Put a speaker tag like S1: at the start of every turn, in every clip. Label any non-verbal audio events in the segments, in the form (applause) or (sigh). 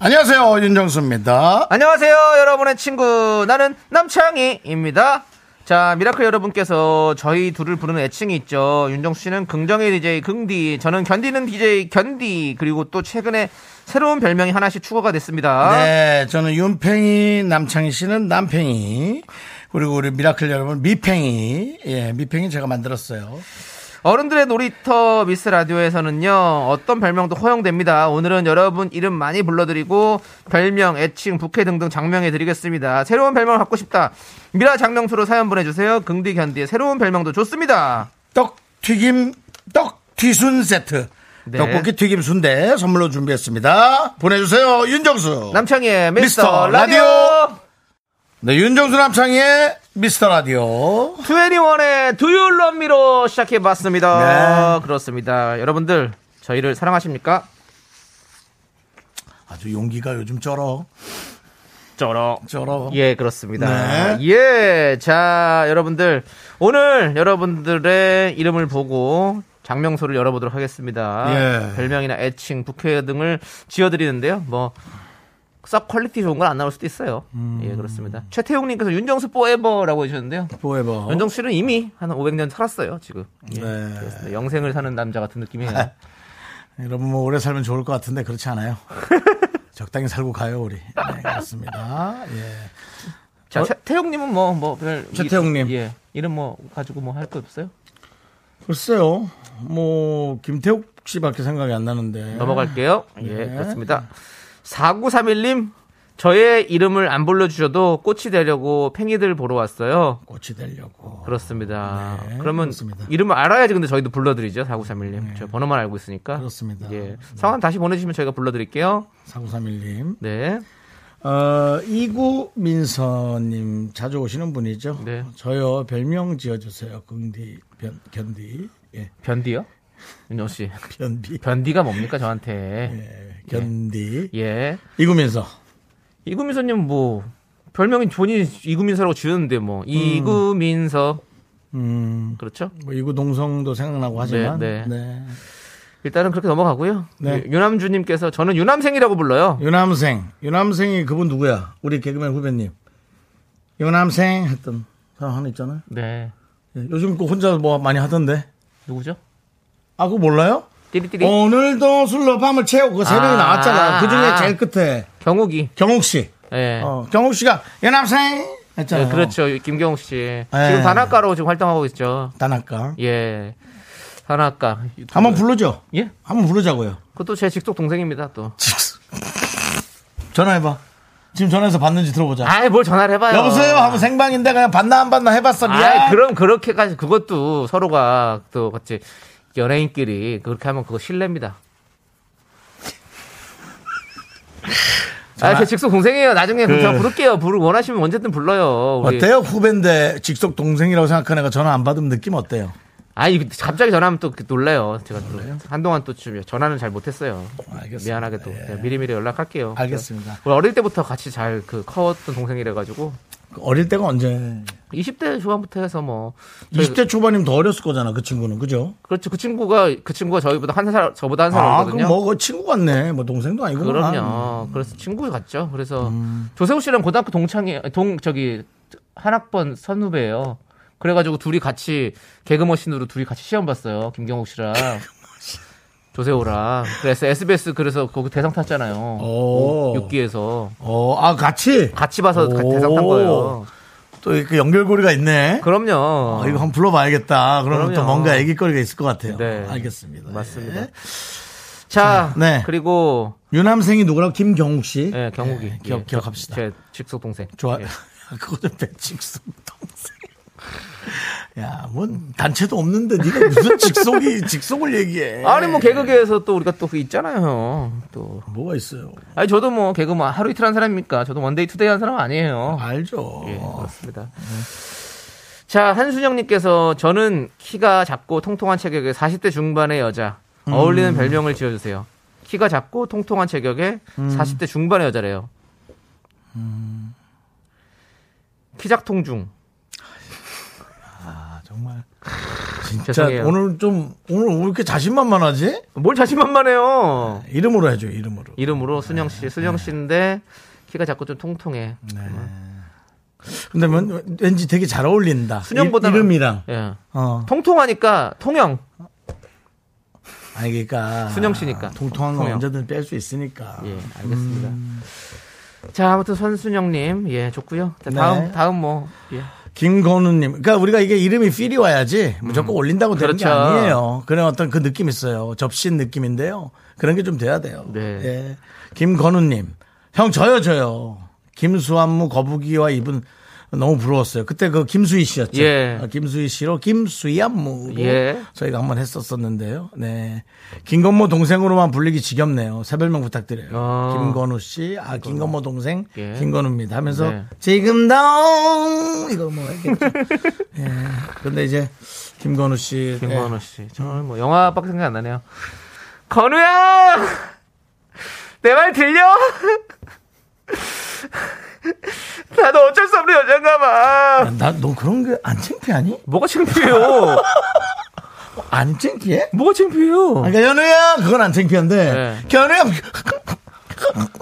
S1: 안녕하세요 윤정수입니다.
S2: 안녕하세요, 여러분의 친구. 나는 남창희입니다. 자, 미라클 여러분께서 저희 둘을 부르는 애칭이 있죠. 윤정수 씨는 긍정의 DJ 긍디, 저는 견디는 DJ 견디, 그리고 또 최근에 새로운 별명이 하나씩 추가가 됐습니다.
S1: 네, 저는 윤팽이 남창희 씨는 남팽이 그리고 우리 미라클 여러분 미팽이 예 미팽이 제가 만들었어요.
S2: 어른들의 놀이터 미스 라디오에서는요 어떤 별명도 허용됩니다. 오늘은 여러분 이름 많이 불러드리고 별명, 애칭, 부캐 등등 장명해드리겠습니다. 새로운 별명을 갖고 싶다. 미라 장명수로 사연 보내주세요. 긍디 견디의 새로운 별명도 좋습니다.
S1: 떡 튀김 떡 튀순 세트
S2: 네.
S1: 떡볶이 튀김 순대 선물로 준비했습니다. 보내주세요 윤정수.
S2: 남창희의
S1: 어. 미스터
S2: 미스터,
S1: 라디오.
S2: 라디오.
S1: 네 윤정수 남창희의 미스터 라디오.
S2: 21의 Do You Love Me로 시작해봤습니다.
S1: 네.
S2: 그렇습니다. 여러분들 저희를 사랑하십니까?
S1: 아주 용기가 요즘 쩔어
S2: 쩔어.
S1: 쩔어.
S2: 예, 그렇습니다.
S1: 네.
S2: 예, 자, 여러분들. 오늘 여러분들의 이름을 보고 장명소를 열어보도록 하겠습니다.
S1: 예.
S2: 별명이나 애칭, 부캐 등을 지어드리는데요. 뭐, 썩 퀄리티 좋은 건 안 나올 수도 있어요.
S1: 음.
S2: 예, 그렇습니다. 최태웅님께서 윤정수 포에버라고 해주셨는데요.
S1: 포에버.
S2: 윤정수 어? 씨는 이미 한 500년 살았어요, 지금. 예,
S1: 네. 아,
S2: 그렇습니다. 영생을 사는 남자 같은 느낌이에요.
S1: 여러분 뭐 오래 살면 좋을 것 같은데 그렇지
S2: (laughs)
S1: 않아요. 적당히 살고 가요 우리. 네, 그렇습니다. 예.
S2: 자, 최- 태웅님은 뭐, 뭐, 별. 이-
S1: 최태웅님.
S2: 예. 이름 뭐, 가지고 뭐 할 거 없어요?
S1: 글쎄요. 뭐 김태욱 씨밖에 생각이 안 나는데.
S2: 넘어갈게요. 예,
S1: 네.
S2: 그렇습니다. 4931님, 저의 이름을 안 불러주셔도 꽃이 되려고 팽이들 보러 왔어요.
S1: 꽃이 되려고.
S2: 그렇습니다.
S1: 네,
S2: 그러면
S1: 그렇습니다. 네.
S2: 이름을 알아야지 근데 저희도 불러드리죠. 4931님. 저 번호만 알고 있으니까.
S1: 그렇습니다.
S2: 예. 상황 다시 보내주시면 저희가 불러드릴게요.
S1: 4931님.
S2: 네.
S1: 어, 이구민서님 자주 오시는 분이죠.
S2: 네.
S1: 저요 별명 지어주세요. 긍디 변, 견디 예
S2: 변디요? 윤정 씨.
S1: 변디
S2: 변디가 뭡니까 저한테.
S1: 예, 견디
S2: 예.
S1: 이구민서
S2: 이구민서님 뭐, 별명이 본인 이구민서라고 지었는데 뭐. 이구민서.
S1: 음,
S2: 그렇죠?
S1: 뭐 이구동성도 생각나고 하지만
S2: 네,
S1: 네.
S2: 일단은 그렇게 넘어가고요.
S1: 네.
S2: 유- 유남주님께서 저는 유남생이라고 불러요.
S1: 유남생 유남생이 그분 누구야? 우리 개그맨 후배님 유남생 했던 사람 하나 있잖아요.
S2: 네.
S1: 예, 요즘 그 혼자 뭐 많이 하던데
S2: 누구죠?
S1: 아 그거 몰라요?
S2: 띠리띠리.
S1: 어. 오늘도 술로 밤을 채우고 그 세력이
S2: 네. 아.
S1: 나왔잖아. 그 중에 제일 끝에
S2: 경욱이.
S1: 경욱 씨.
S2: 예.
S1: 어, 경욱 씨가 연합생 했잖아요.
S2: 예, 그렇죠. 김경욱 씨.
S1: 예.
S2: 지금 단학가로 지금 활동하고 있죠.
S1: 단학가.
S2: 예. 단학가.
S1: 한번 부르죠.
S2: 예?
S1: 한번 부르자고요.
S2: 그것도 제 직속 동생입니다, 또.
S1: (laughs) 전화해봐. 지금 전화해서 받는지 들어보자.
S2: 아이, 뭘 전화를 해봐요.
S1: 여보세요? 하고 생방인데 그냥 받나 안 받나 해봤어. 미안.
S2: 아이, 그럼 그렇게까지 그것도 서로가 또 같이 연예인끼리 그렇게 하면 그거 실례입니다. 아, 제 직속 동생이에요. 나중에 그... 제가 부를게요. 부르 원하시면 언제든 불러요. 우리.
S1: 어때요? 후배인데 직속 동생이라고 생각하는 애가 전화 안 받으면 느낌 어때요?
S2: 아니 갑자기 전화하면 또 놀래요. 제가 또 한동안 또 좀 전화는 잘 못했어요.
S1: 알겠습니다. 예.
S2: 미안하게도 네, 미리미리 연락할게요.
S1: 알겠습니다.
S2: 우리 어릴 때부터 같이 잘 그 커왔던 동생이라 가지고
S1: 어릴 때가 언제?
S2: 20대 초반부터 해서 뭐 저희-
S1: 20대 초반이면 더 어렸을 거잖아. 그 친구는 그죠?
S2: 그렇죠. 그 친구가 그 친구가 저희보다 한 살, 저보다 한 살
S1: 아,
S2: 어리거든요.
S1: 그럼 뭐그 친구 같네. 뭐 동생도 아니고. 음.
S2: 그럼요. 그래서 친구 같죠. 그래서 조세호 씨랑 고등학교 동창이 동 저기 한 학번 선후배예요. 그래가지고 둘이 같이 개그머신으로 둘이 같이 시험 봤어요. 김경욱 씨랑 조세호랑. 그래서 SBS 그래서 거기 대상 탔잖아요.
S1: 어. 오.
S2: 6기에서
S1: 어, 아 같이
S2: 같이 봐서 어. 가-
S1: 오.
S2: 대상 탄 거예요.
S1: 또 이렇게 연결고리가 있네.
S2: 그럼요.
S1: 어, 이거 한번 불러봐야겠다. 그러면
S2: 그럼요.
S1: 또 뭔가 얘기거리가 있을 것 같아요.
S2: 네.
S1: 알겠습니다.
S2: 맞습니다.
S1: 예.
S2: 자,
S1: 네.
S2: 그리고
S1: 유남생이 누구라고? 김경욱 씨.
S2: 예, 경욱이
S1: 예, 기억,
S2: 예,
S1: 기억합시다. (laughs)
S2: 제 직속 동생.
S1: 좋아.
S2: 예.
S1: 그거 좀 배치수 동생. (laughs) 야, 뭐 단체도 없는데 네가 무슨 (laughs) 직속이 직속을 얘기해.
S2: 아니 뭐 개그계에서 또 우리가 또 그 있잖아요. 또
S1: 뭐가 있어요?
S2: 아니 저도 뭐 개그 뭐 하루 이틀 한 사람입니까? 저도 원데이 투데이 한 사람 아니에요.
S1: 알죠.
S2: 예, 그렇습니다. 자, 한순영님께서 저는 키가 작고 통통한 체격의 40대 중반의 여자 어울리는 별명을 지어주세요. 키가 작고 통통한 체격의 40대 중반의 여자래요. 키작통중.
S1: 아, 정말. 진짜
S2: 죄송해요.
S1: 오늘 좀 오늘 왜 이렇게 자신만만하지?
S2: 뭘 자신만만해요.
S1: 이름으로 해줘. 이름으로.
S2: 이름으로 순영 씨, 순영 씨인데 키가 작고 좀 통통해.
S1: 근데 왠- 왠지 되게 잘 어울린다.
S2: 순영보다
S1: 이- 이름이랑.
S2: 예.
S1: 어.
S2: 통통하니까 통영.
S1: 아니 그러니까
S2: 순영 씨니까.
S1: 통통한 건
S2: 통영.
S1: 언제든 뺄 수 있으니까.
S2: 예, 알겠습니다.
S1: 음.
S2: 자, 아무튼 선순영님, 예, 좋고요. 자,
S1: 네.
S2: 다음, 다음 뭐, 예.
S1: 김건우님, 그러니까 우리가 이게 이름이 필이 와야지 무조건 올린다고 되는 게
S2: 그렇죠.
S1: 아니에요. 그런 어떤 그 느낌 있어요. 접신 느낌인데요. 그런 게 좀 돼야 돼요.
S2: 네.
S1: 예. 김건우님, 형 저요 저요. 김수한무 거북이와 이분 너무 부러웠어요. 그때 그 김수희 씨였죠.
S2: 예.
S1: 아, 김수희 씨로 김수희안무로
S2: 예.
S1: 저희가 한번 했었었는데요. 네. 김건모 동생으로만 불리기 지겹네요. 새별명 부탁드려요.
S2: 어.
S1: 김건우 씨, 아 김건모 동생,
S2: 예.
S1: 김건우입니다. 하면서
S2: 네.
S1: 지금 당 이거 뭐
S2: (laughs)
S1: 했겠죠. 예. 근데 이제 김건우 씨, 예.
S2: 김건우 씨. 정말 뭐, 영화밖에 생각 안 나네요. 건우야! 내 말 들려? (laughs) 나도 어쩔 수 없는 여잔가 봐.
S1: 나너 그런 게 안 창피하니?
S2: 뭐가 창피해요?
S1: 안 창피해?
S2: 뭐가 창피해요?
S1: 그러니까 연우야 그건 안 창피한데
S2: 어. 네.
S1: 견우야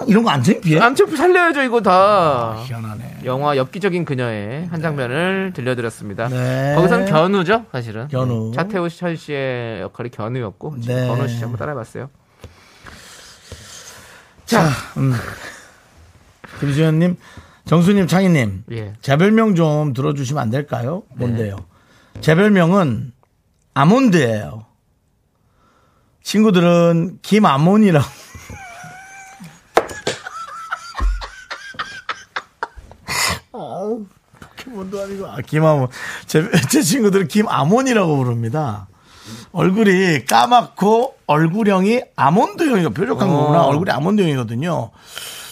S1: 이런 거 안 창피해?
S2: 안 창피 살려야죠, 이거 다.
S1: 희한하네.
S2: 영화 엽기적인 그녀의 한 장면을 들려드렸습니다.
S1: 네.
S2: 거기서는 견우죠, 사실은.
S1: 견우.
S2: 네. 차태호 씨, 현 씨의 역할이 견우였고, 지금
S1: 네.
S2: 건우 씨 한번 따라해봤어요.
S1: 자, 음. 김수현님, 정수님, 창희님,
S2: 예.
S1: 제 별명 좀 들어주시면 안 될까요?
S2: 네.
S1: 뭔데요? 제 별명은 아몬드예요. 친구들은 김아몬이라고. 아우, 포켓몬도 아니고 아, 김아몬. 제, 제 친구들은 김아몬이라고 부릅니다. 얼굴이 까맣고 얼굴형이 아몬드형이고 뾰족한 거구나. 얼굴이 아몬드형이거든요.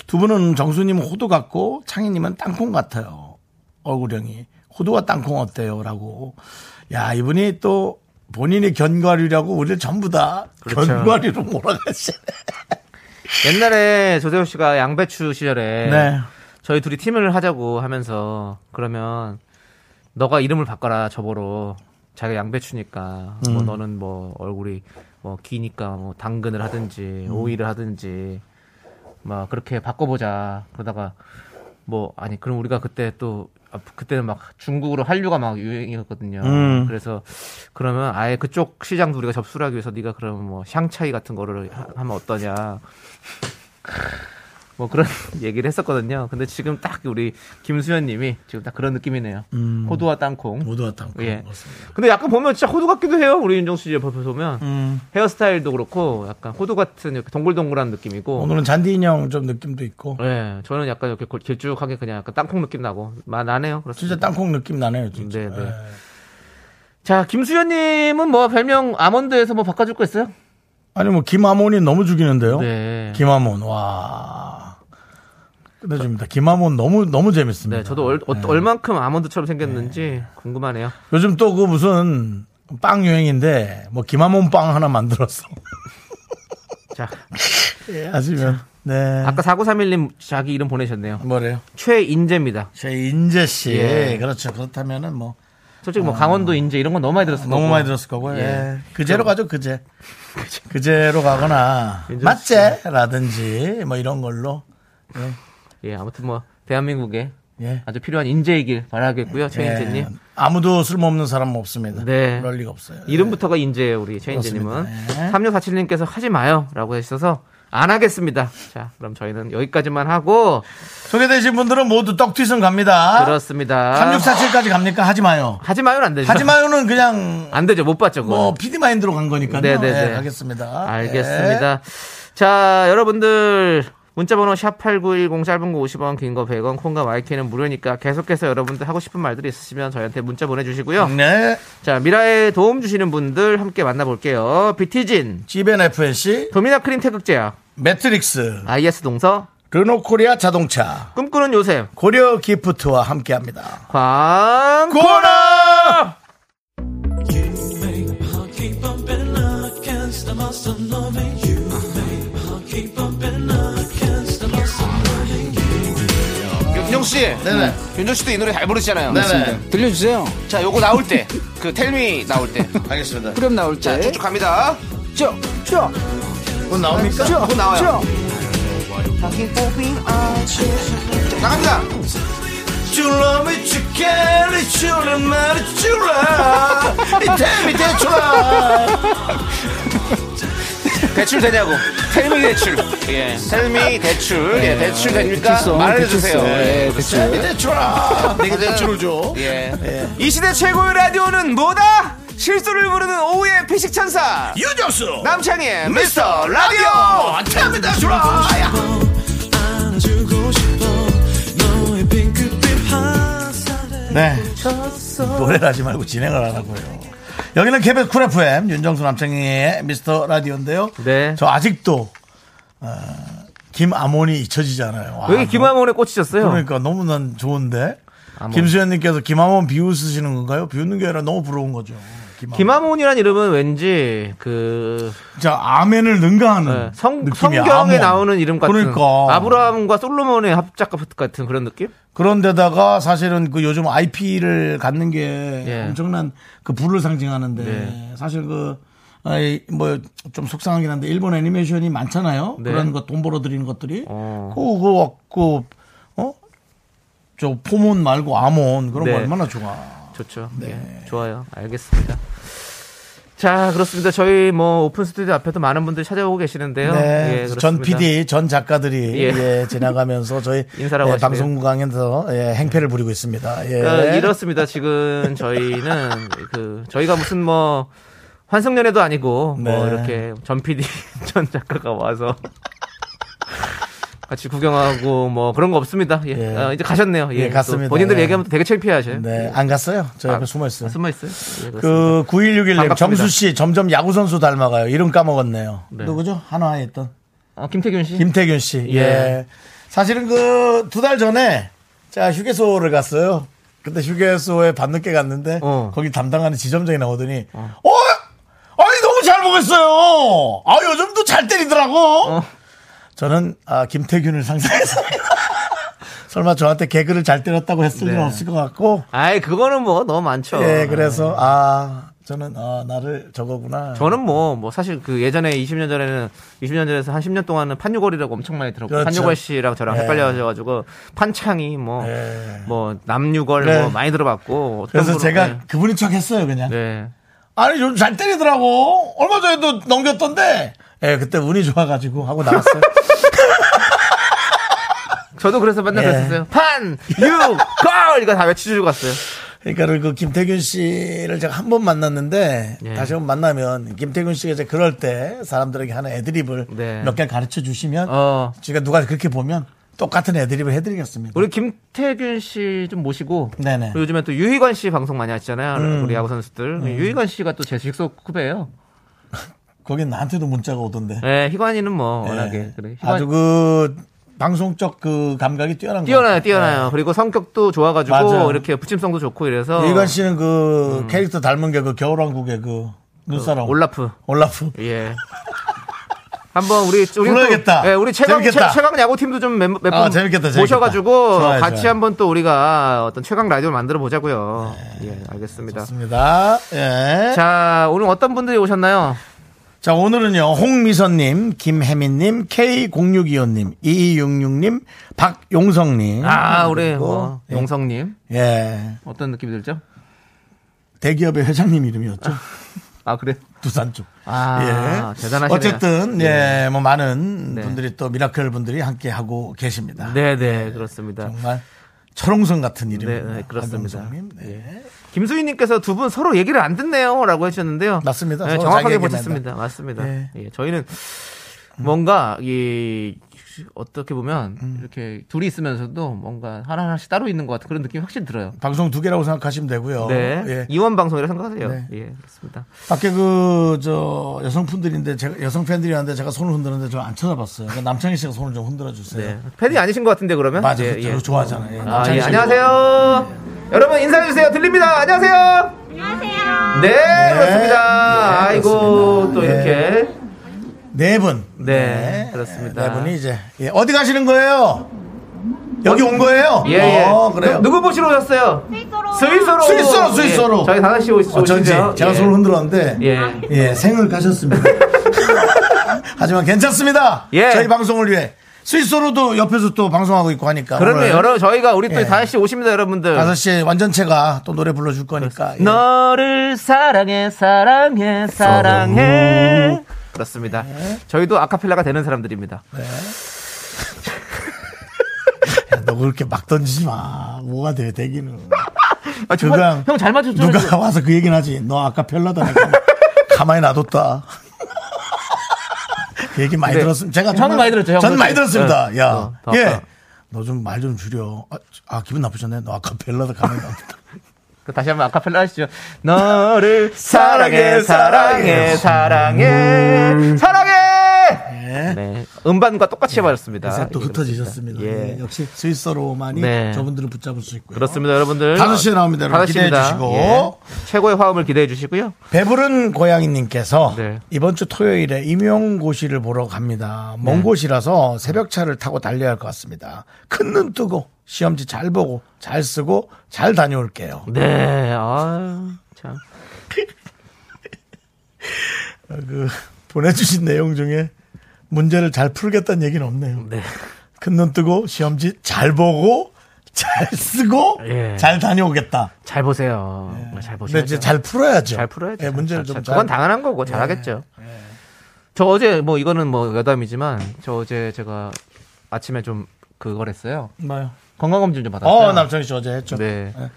S1: 두 분은 정수님은 호두 같고 창희님은 땅콩 같아요. 얼굴형이 호두와 땅콩 어때요?라고. 야 이분이 또 본인이 견과류라고 우리를 전부 다 견과류로 몰아가시네.
S2: 옛날에 조세호 씨가 양배추 시절에
S1: 네.
S2: 저희 둘이 팀을 하자고 하면서 그러면 너가 이름을 바꿔라 저보로 자기가 양배추니까
S1: 음.
S2: 뭐 너는 뭐 얼굴이 뭐 기니까 뭐 당근을 하든지
S1: 음.
S2: 오이를 하든지 막 그렇게 바꿔보자 그러다가 뭐 아니 그럼 우리가 그때 또 아, 그때는 막 중국으로 한류가 막 유행이었거든요.
S1: 음.
S2: 그래서 그러면 아예 그쪽 시장도 우리가 접수를 하기 위해서 네가 그러면 뭐 샹차이 같은 거를 하- 하면 어떠냐. 뭐 그런 (laughs) 얘기를 했었거든요. 근데 지금 딱 우리 김수현님이 지금 딱 그런 느낌이네요.
S1: 음.
S2: 호두와 땅콩.
S1: 호두와 땅콩.
S2: 예.
S1: 그렇습니다.
S2: 근데 약간 보면 진짜 호두 같기도 해요. 우리 윤정수 씨 옆에서 보면
S1: 음.
S2: 헤어스타일도 그렇고 약간 호두 같은 이렇게 동글동글한 느낌이고.
S1: 오늘은 잔디 인형 좀 느낌도 있고
S2: 예, 저는 약간 이렇게 골- 길쭉하게 그냥 약간 땅콩 느낌 나고 마- 나네요. 그렇습니다.
S1: 진짜 땅콩 느낌 나네요. 진짜.
S2: 네, 네.
S1: 예.
S2: 자, 김수현님은 뭐 별명 아몬드에서 뭐 바꿔줄 거 있어요?
S1: 아니 뭐 김아몬이 너무 죽이는데요.
S2: 네.
S1: 어? 김아몬 와 끝내줍니다. 김아몬 너무 너무 재밌습니다.
S2: 네, 저도 얼, 어, 얼만큼 아몬드처럼 생겼는지 궁금하네요.
S1: 요즘 또 그 무슨 빵 유행인데 뭐 김아몬 빵 하나 만들었어.
S2: 자,
S1: (laughs) 예, 아시면 네.
S2: 아까 4931님 자기 이름 보내셨네요.
S1: 뭐래요?
S2: 최인재입니다.
S1: 제 인재 씨.
S2: 예.
S1: 그렇죠. 그렇다면은 뭐
S2: 솔직히 뭐 강원도 인재 이런 건 너무 많이 들었을
S1: 너무
S2: 거고.
S1: 많이 들었을 거고요.
S2: 예.
S1: 예. 그제로 가죠, 그제. 그제로 가거나
S2: 인재 씨.
S1: 맞제라든지 뭐 이런 걸로
S2: 예, 아무튼 뭐 대한민국에
S1: 예.
S2: 아주 필요한 인재이길 바라겠고요.
S1: 예.
S2: 최인재님.
S1: 아무도 쓸모없는 사람은 없습니다.
S2: 네.
S1: 그럴 리가 없어요.
S2: 이름부터가 인재예요, 우리 최인재님은.
S1: 그렇습니다. 예.
S2: 3647님께서 하지 마요. 라고 하셔서 안 하겠습니다. 자, 그럼 저희는 여기까지만 하고.
S1: 소개되신 분들은 모두 떡튀순 갑니다.
S2: 그렇습니다.
S1: 3647까지 갑니까? 하지 마요.
S2: 하지 마요는 안 되죠.
S1: (laughs) 하지 마요는 그냥
S2: 안 되죠. 못 봤죠. 그거.
S1: 뭐 네, 피디 마인드로 간 거니까요.
S2: 네네네.
S1: 예, 가겠습니다.
S2: 알겠습니다. 자, 여러분들 문자번호 샵8910 짧은 거 50원 긴 거 100원 콩과 마이크는 무료니까 계속해서 여러분들 하고 싶은 말들이 있으시면 저희한테 문자 보내주시고요.
S1: 네.
S2: 자 미라에 도움 주시는 분들 함께 만나볼게요. 비티진
S1: 지벤 FNC,
S2: 도미나 크림 태극제야
S1: 매트릭스,
S2: IS 동서
S1: 르노 코리아 자동차,
S2: 꿈꾸는 요셉
S1: 고려 기프트와 함께 합니다.
S2: 광
S1: 고라!
S3: 윤정 씨,
S1: 네네.
S3: 윤정 씨도 이 노래 잘 부르시잖아요.
S1: 네네.
S4: 들려주세요.
S3: 자, 요거 나올 때, 그 텔미 나올 때,
S1: (laughs) 알겠습니다.
S4: 그럼 나올 때.
S3: 쭉쭉 갑니다.
S4: 쭉, 쭉,
S1: 곧 나옵니까?
S3: 곧 나와요.
S4: 쭉.
S3: 나갑니다.
S1: 줄라 미치게리 네 줄라 마리 줄라 이태미 대출라
S3: 대출 되냐고. 텔미 대출. 예. 텔미 대출. 예, 대출 됩니까?
S4: 대출성,
S3: 말해주세요.
S4: 대출성.
S3: 예.
S4: 예, 대출.
S1: 이태미 대출라 내게 대출을 네 줘
S3: 예.
S2: 이 시대 최고의 라디오는 뭐다? 실수를 부르는 오후의 피식천사
S1: 유정수
S3: 남창희의
S1: 미스터 라디오 이태미 대출라 네 노래를 하지 말고 진행을 하라고요 여기는 KBS 쿨 FM 윤정수 남창희의 미스터 라디오인데요
S2: 네.
S1: 저 아직도 어, 김아몬이 잊혀지잖아요 와,
S2: 여기 김화문에 꽂히셨어요.
S1: 그러니까 너무 난 좋은데 김수현님께서 김하몬 비웃으시는 건가요? 비웃는 게 아니라 너무 부러운 거죠. 김하몬.
S2: 김화문이란 이름은 왠지 그
S1: 자 아멘을 능가하는
S2: 네, 성,
S1: 음, 느낌이야.
S2: 성경에
S1: 아몬.
S2: 나오는 이름 같은
S1: 그러니까
S2: 아브라함과 솔로몬의 합작 같은 그런 느낌?
S1: 그런데다가 사실은 그 요즘 IP를 갖는 게
S2: 예.
S1: 엄청난 그 부를 상징하는데
S2: 네.
S1: 사실 그 아이 뭐좀 속상하긴 한데 일본 애니메이션이 많잖아요.
S2: 네.
S1: 그런 거 돈 벌어들이는 것들이
S2: 어.
S1: 그거 그, 어? 저 포몬 말고 아몬 그런
S2: 네.
S1: 거 얼마나 좋아.
S2: 좋죠.
S1: 네.
S2: 예, 좋아요. 알겠습니다. 자, 그렇습니다. 저희 뭐 오픈 스튜디오 앞에도 많은 분들이 찾아오고 계시는데요. 예,
S1: 네,
S2: 그렇습니다.
S1: 전 PD, 전 작가들이
S2: 예.
S1: 예, 지나가면서 저희
S2: (laughs)
S1: 예,
S2: 인사라고 하시네요.
S1: 방송국에서 예, 행패를 부리고 있습니다. 예.
S2: 그러니까 이렇습니다. 지금 저희는 (laughs) 그 저희가 무슨 뭐 환승연애도 아니고 뭐
S1: 네.
S2: 이렇게 전 PD (laughs) 전 작가가 와서 같이 구경하고 뭐 그런 거 없습니다. 예.
S1: 예.
S2: 아, 이제 가셨네요. 예,
S1: 예,
S2: 또
S1: 갔습니다.
S2: 본인들
S1: 예.
S2: 얘기하면 또 되게 창피하셔요.
S1: 네, 안 갔어요. 저 옆에
S2: 아,
S1: 숨어 있어요.
S2: 숨어 있어요. 예, 그렇습니다.
S1: 그 9161님
S2: 반갑습니다.
S1: 정수 씨 점점 야구 선수 닮아가요. 이름 까먹었네요.
S2: 네.
S1: 누구죠? 한화에 있던
S2: 어, 김태균 씨.
S1: 김태균 씨. 예.
S2: 예.
S1: 사실은 그 두 달 전에 제가 휴게소를 갔어요. 근데 휴게소에 밤늦게 갔는데
S2: 어.
S1: 거기 담당하는 지점장이 나오더니 어. 아니 너무 잘 보겠어요. 아 요즘도 잘 때리더라고.
S2: 어.
S1: 저는 아, 김태균을 상상했습니다. (laughs) 설마 저한테 개그를 잘 때렸다고 했을 리는
S2: 네.
S1: 없을 것 같고.
S2: 아이 그거는 뭐 너무 많죠.
S1: 예, 그래서 아 저는 아, 나를 저거구나.
S2: 저는 뭐, 뭐, 사실 그 예전에 20년 전에는, 20년 전에서 한 10년 동안은 판유걸이라고 엄청 많이 들었고,
S1: 그렇죠.
S2: 판유걸 씨랑 저랑
S1: 네.
S2: 헷갈려가지고, 판창이 뭐,
S1: 네.
S2: 뭐, 남유걸
S1: 네.
S2: 뭐 많이 들어봤고, 어떤
S1: 그래서
S2: 분은-
S1: 제가
S2: 네.
S1: 그분인 척 했어요, 그냥.
S2: 네.
S1: 아니 좀 잘 때리더라고. 얼마 전에도 넘겼던데. 예, 그때 운이 좋아가지고 하고 나왔어요.
S2: (laughs) 저도 그래서 맨날
S1: 예.
S2: 그랬었어요. 판! 유! 걸! 이거 다 외치주고 갔어요.
S1: 그러니까 그 김태균 씨를 제가 한 번 만났는데
S2: 예.
S1: 다시 한번 만나면 김태균 씨가 이제 그럴 때 사람들에게 하는 애드립을
S2: 네.
S1: 몇 개 가르쳐 주시면
S2: 어.
S1: 제가 누가 그렇게 보면 똑같은 애드립을 해드리겠습니다.
S2: 우리 김태균 씨 좀 모시고,
S1: 네네.
S2: 그리고 요즘에 또 유희관 씨 방송 많이 하시잖아요.
S1: 음.
S2: 우리 야구 선수들. 유희관 씨가 또 제 직속 후배예요
S1: 거긴 나한테도 문자가 오던데.
S2: 네, 희관이는 뭐,
S1: 예.
S2: 워낙에. 그래. 희관-
S1: 아주 그 방송적 그 감각이 뛰어난 것
S2: 뛰어나요,
S1: 같아요.
S2: 뛰어나요. 그리고 성격도 좋아가지고
S1: 네. 맞아요.
S2: 이렇게 붙임성도 좋고 이래서
S1: 유희관 예. 씨는 그 캐릭터 닮은 게 그 겨울왕국의 그 눈사람
S2: 음. 올라프
S1: 올라프.
S2: 예. 한번 우리 우리
S1: 불러야겠다.
S2: 또, 예, 우리 최강
S1: 재밌겠다.
S2: 최, 최강 야구팀도 좀몇몇분
S1: 아, 재밌겠다, 재밌겠다.
S2: 모셔가지고
S1: 좋아요,
S2: 같이
S1: 좋아요.
S2: 한번 또 우리가 어떤 최강 라디오를 만들어 보자고요.
S1: 네.
S2: 예, 알겠습니다.
S1: 맞습니다. 예. 자,
S2: 자, 오늘 어떤 분들이 오셨나요?
S1: 오늘은요. 홍미선님, 김혜민님, K0625님, 2266님, 박용성님.
S2: 아, 우리
S1: 음, 그리고,
S2: 뭐
S1: 예.
S2: 용성님
S1: 예.
S2: 어떤 느낌이 들죠?
S1: 대기업의 회장님 이름이었죠.
S2: 아 그래.
S1: 두산 쪽.
S2: 아, 대단하시네요.
S1: 어쨌든, 예, 뭐 많은
S2: 네.
S1: 분들이 또 미라클 분들이 함께 하고 계십니다.
S2: 네, 네, 그렇습니다.
S1: 정말 철옹성 같은 이름.
S2: 네, 네, 그렇습니다. 예.
S1: 박용성님. 네.
S2: 김수희님께서 두 분 서로 얘기를 안 듣네요라고 해주셨는데요.
S1: 맞습니다.
S2: 네,
S1: 서로 자기
S2: 정확하게
S1: 얘기만
S2: 보셨습니다. 맞습니다.
S1: 네.
S2: 예, 저희는 뭔가 이 어떻게 보면
S1: 음.
S2: 이렇게 둘이 있으면서도 뭔가 하나 하나씩 따로 있는 것 같은 그런 느낌이 확실히 들어요.
S1: 방송 두 개라고 생각하시면 되고요.
S2: 네,
S1: 예.
S2: 이원 방송이라 생각하세요.
S1: 네.
S2: 예, 그렇습니다.
S1: 밖에 그 저 여성분들인데 제가 여성 팬들이었는데 제가 손을 흔드는데 저를 안 쳐다봤어요. 그러니까 남창희 씨가 손을 좀 흔들어
S2: 네,
S1: 주세요.
S2: 팬이 아니신 것 같은데 그러면
S1: 맞아요.
S2: 예,
S1: 저
S2: 예.
S1: 좋아하잖아요. 네. 예,
S2: 아,
S1: 남창희
S2: 예,
S1: 씨.
S2: 안녕하세요. 여러분 인사해 주세요. 들립니다. 안녕하세요. 안녕하세요. 네, 그렇습니다. 아이고 또
S1: 네.
S2: 이렇게
S1: 네 분.
S2: 네, 그렇습니다.
S1: 네 분이 이제 예, 어디 가시는 거예요? 여기 온 거예요?
S2: 예, 예.
S1: 어, 그래요.
S2: 누, 구 보시러 오셨어요? 스위스로.
S1: 스위스로, 스위스로.
S2: 예, 저희 다섯 시 오시죠.
S1: 어쩐지 제가
S2: 예.
S1: 손을 흔들었는데 예,
S2: 예.
S1: 생을
S2: (laughs)
S1: 가셨습니다. 하지만 괜찮습니다.
S2: 예.
S1: 저희 방송을 위해 스위스로도 옆에서 또 방송하고 있고 하니까
S2: 그러면
S1: 오늘
S2: 여러 저희가 우리 또
S1: 아, 예.
S2: 다섯 시 오십니다, 여러분들.
S1: 다섯 시에 완전체가 또 노래 불러줄 거니까 예.
S2: 너를 사랑해, 사랑해, 사랑해. 그렇습니다. 저희도 아카펠라가 되는 사람들입니다.
S1: 예. 너 그렇게 막 던지지 마. 뭐가 돼, 대기는.
S2: 아,
S1: 그거랑
S2: 형잘 맞춰줘. (laughs)
S1: 누가 와서 그 얘기는 하지. 너 아까 별나다. 내가 가만히 놔뒀다. 그 얘기 많이
S2: 네.
S1: 들었습니다. 제가
S2: 형은
S1: 정말-
S2: 많이 들었죠, 형.
S1: 전 많이 들었습니다.
S2: 네.
S1: 야,
S2: 어, 더
S1: 예.
S2: 아까.
S1: 너 좀 말 좀 줄여. 아, 아, 기분 나쁘셨네. 너 아까 별나다 가만히 놔뒀다.
S2: 그 다시 한번 아카펠라 하시죠.
S1: (laughs)
S2: 너를 사랑해, 사랑해, 사랑해, 사랑해.
S1: 음. 네.
S2: 네. 음반과 똑같이 해버렸습니다.
S1: 그래서 또
S2: 아, 이게
S1: 흩어지셨습니다.
S2: 예.
S1: 예, 역시 스위스로만이
S2: 네.
S1: 저분들을 붙잡을 수 있고요.
S2: 그렇습니다, 여러분들.
S1: 다섯 시에 나옵니다. 여러분. 기대해
S2: 시입니다.
S1: 주시고.
S2: 예. 최고의 화음을 기대해 주시고요.
S1: 배부른 고양이님께서
S2: 네.
S1: 이번 주 토요일에 임용고시를 보러 갑니다. 먼
S2: 네.
S1: 곳이라서 새벽차를 타고 달려야 할 것 같습니다. 큰 눈 뜨고 시험지 잘 보고 잘 쓰고 잘 다녀올게요.
S2: 네, 아 참.
S1: 그 보내주신 내용 중에 문제를 잘 풀겠다는 얘기는 없네요.
S2: 네.
S1: 큰 눈 뜨고 시험지 잘 보고 잘 쓰고
S2: 예.
S1: 잘 다녀오겠다.
S2: 잘 보세요. 잘 보세요.
S1: 근데 네. 이제 잘 풀어야죠.
S2: 잘 풀어야죠.
S1: 예, 문제를
S2: 잘-
S1: 좀
S2: 그건
S1: 잘- 예,
S2: 당연한 거고 잘하겠죠. 저 어제 뭐 이거는 뭐 여담이지만 저 어제 제가 아침에 좀 그걸 했어요.
S1: 뭐요?
S2: 건강검진 좀 받았어요.
S1: 어, 남창희 씨 어제 했죠.
S2: 네.
S1: 예.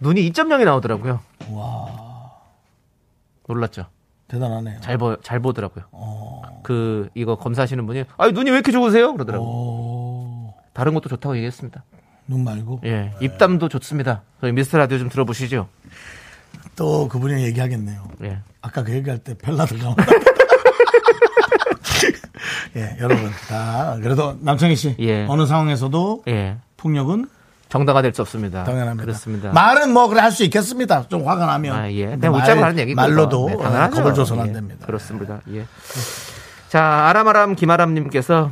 S2: 눈이 2.0이 나오더라고요. 와. 놀랐죠.
S1: 대단하네요.
S2: 잘 보, 잘 보더라고요.
S1: 어.
S2: 그, 이거 검사하시는 분이, 아유, 눈이 왜 이렇게 좋으세요? 그러더라고요.
S1: 오,
S2: 다른 것도 좋다고 얘기했습니다.
S1: 눈 말고.
S2: 예. 입담도 좋습니다. 저희 미스터 라디오 좀 들어보시죠.
S1: 또 그분이 얘기하겠네요.
S2: 예.
S1: 아까 그 얘기할 때
S2: (laughs)
S1: 펠라들 가면. 예, 여러분. 다, 그래도 남창희 씨.
S2: 예.
S1: 어느 상황에서도
S2: 예.
S1: 폭력은
S2: 정당화될 수 없습니다.
S1: 당연합니다.
S2: 그렇습니다.
S1: 말은 뭐, 그래 할 수 있겠습니다. 좀 화가 나면.
S2: 아, 예.
S1: 근데
S2: 내가 웃자고 하는 얘기고.
S1: 말로도 아,
S2: 네, 당연하죠.
S1: 겁을 줘서는
S2: 예,
S1: 안 됩니다.
S2: 그렇습니다. 예. 자, 아람아람 김아람님께서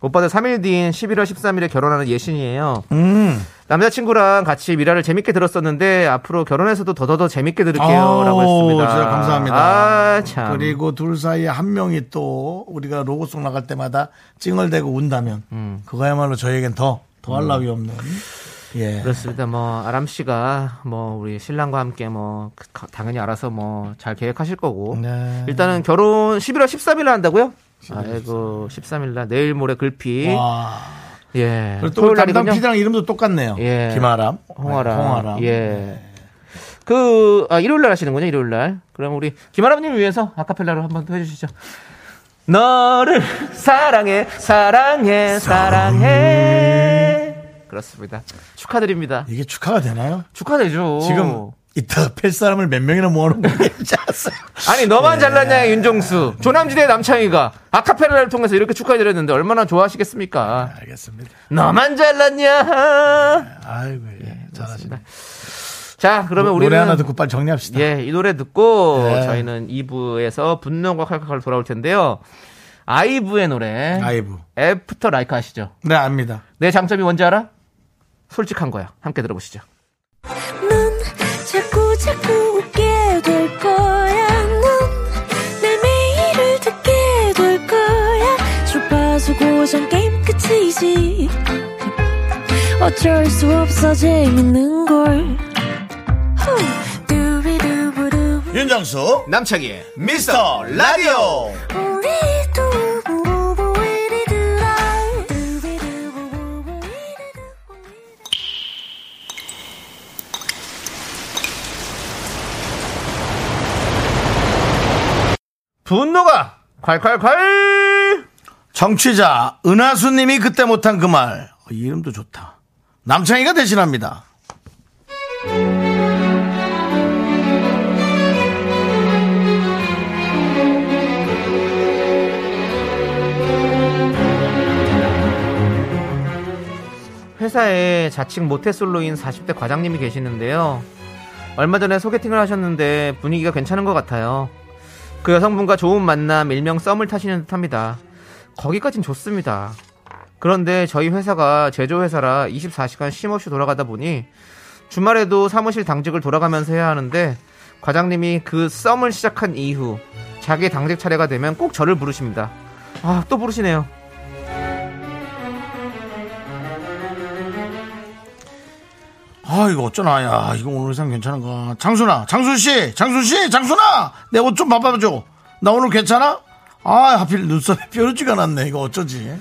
S2: 오빠들 3일 뒤인 11월 13일에 결혼하는 예신이에요.
S1: 음.
S2: 남자친구랑 같이 미라를 재밌게 들었었는데 앞으로 결혼해서도 더더더 재밌게
S1: 아우,
S2: 들을게요라고 했습니다.
S1: 진짜 감사합니다.
S2: 아 참.
S1: 그리고 둘 사이에 한 명이 또 우리가 로고송 나갈 때마다 찡얼대고 운다면
S2: 음.
S1: 그거야말로 저희에겐 더 더할 나위 없는 예.
S2: 그렇습니다. 뭐 아람 씨가 뭐 우리 신랑과 함께 뭐 그- 가- 당연히 알아서 뭐 잘 계획하실 거고
S1: 네.
S2: 일단은 결혼 11월 13일 날 한다고요? 아이고 13일 날 내일 모레 글피
S1: 와.
S2: 예
S1: 그리고 또 우리 담당
S2: 토요일날이군요.
S1: PD랑 이름도 똑같네요.
S2: 예.
S1: 김아람,
S2: 홍아람
S1: 네, 홍아람.
S2: 예. 그, 아, 일요일 날 하시는군요, 일요일 날. 그럼 우리 김아람님 을 위해서 아카펠라로 한번 더 해주시죠. 너를 사랑해, 사랑해, 사랑해. 그렇습니다. 축하드립니다.
S1: 이게 축하가 되나요?
S2: 축하되죠.
S1: 지금 이따 팰 사람을 몇 명이나 모아놓은 건지 알았어요. (laughs)
S2: 아니
S1: 예.
S2: 너만 잘났냐 윤종수 조남지대 남창희가 아카펠라를 통해서 이렇게 축하드렸는데 얼마나 좋아하시겠습니까
S1: 알겠습니다.
S2: 너만 잘났냐
S1: 아이고, 예. 잘하시네.
S2: 자 그러면 우리는
S1: 노래 하나 듣고 빨리 정리합시다.
S2: 예, 이 노래 듣고
S1: 네.
S2: 저희는 2부에서 분노가 칼칼칼 돌아올 텐데요. 아이브의 노래.
S1: 아이브.
S2: 애프터 라이크 아시죠?
S1: 네, 압니다.
S2: 내 장점이 뭔지 알아? 솔직한 거야. 함께 들어보시죠.
S4: 넌 자꾸 자꾸 웃게 될 거야. 넌내 매일을 듣게 될 거야. 주파수 고정 게임 끝이지. 어쩔 수 없어 재밌는 걸. 후. 두비두부두.
S1: 윤정수, 남창희의 미스터 라디오.
S4: 우리 두부부부 우리 두라. 두비두부부부 우리 두부부.
S2: 분노가 콸콸콸!
S1: 정취자 은하수님이 그때 못한 그 말 이름도 좋다. 남창희가 대신합니다.
S2: 회사에 자칭 모태솔로인 40대 과장님이 계시는데요. 얼마 전에 소개팅을 하셨는데 분위기가 괜찮은 것 같아요. 그 여성분과 좋은 만남, 일명 썸을 타시는 듯 합니다. 거기까진 좋습니다. 그런데 저희 회사가 제조회사라 24시간 쉼없이 돌아가다 보니 주말에도 사무실 당직을 돌아가면서 해야 하는데 과장님이 그 썸을 시작한 이후 자기 당직 차례가 되면 꼭 저를 부르십니다. 아, 또 부르시네요.
S1: 아 이거 어쩌나 야 이거 오늘 의상 괜찮은가 장순아 장순씨 장순씨 장순아 내 옷 좀 봐봐줘 나 오늘 괜찮아? 아 하필 눈썹에 뾰루지가 났네 이거 어쩌지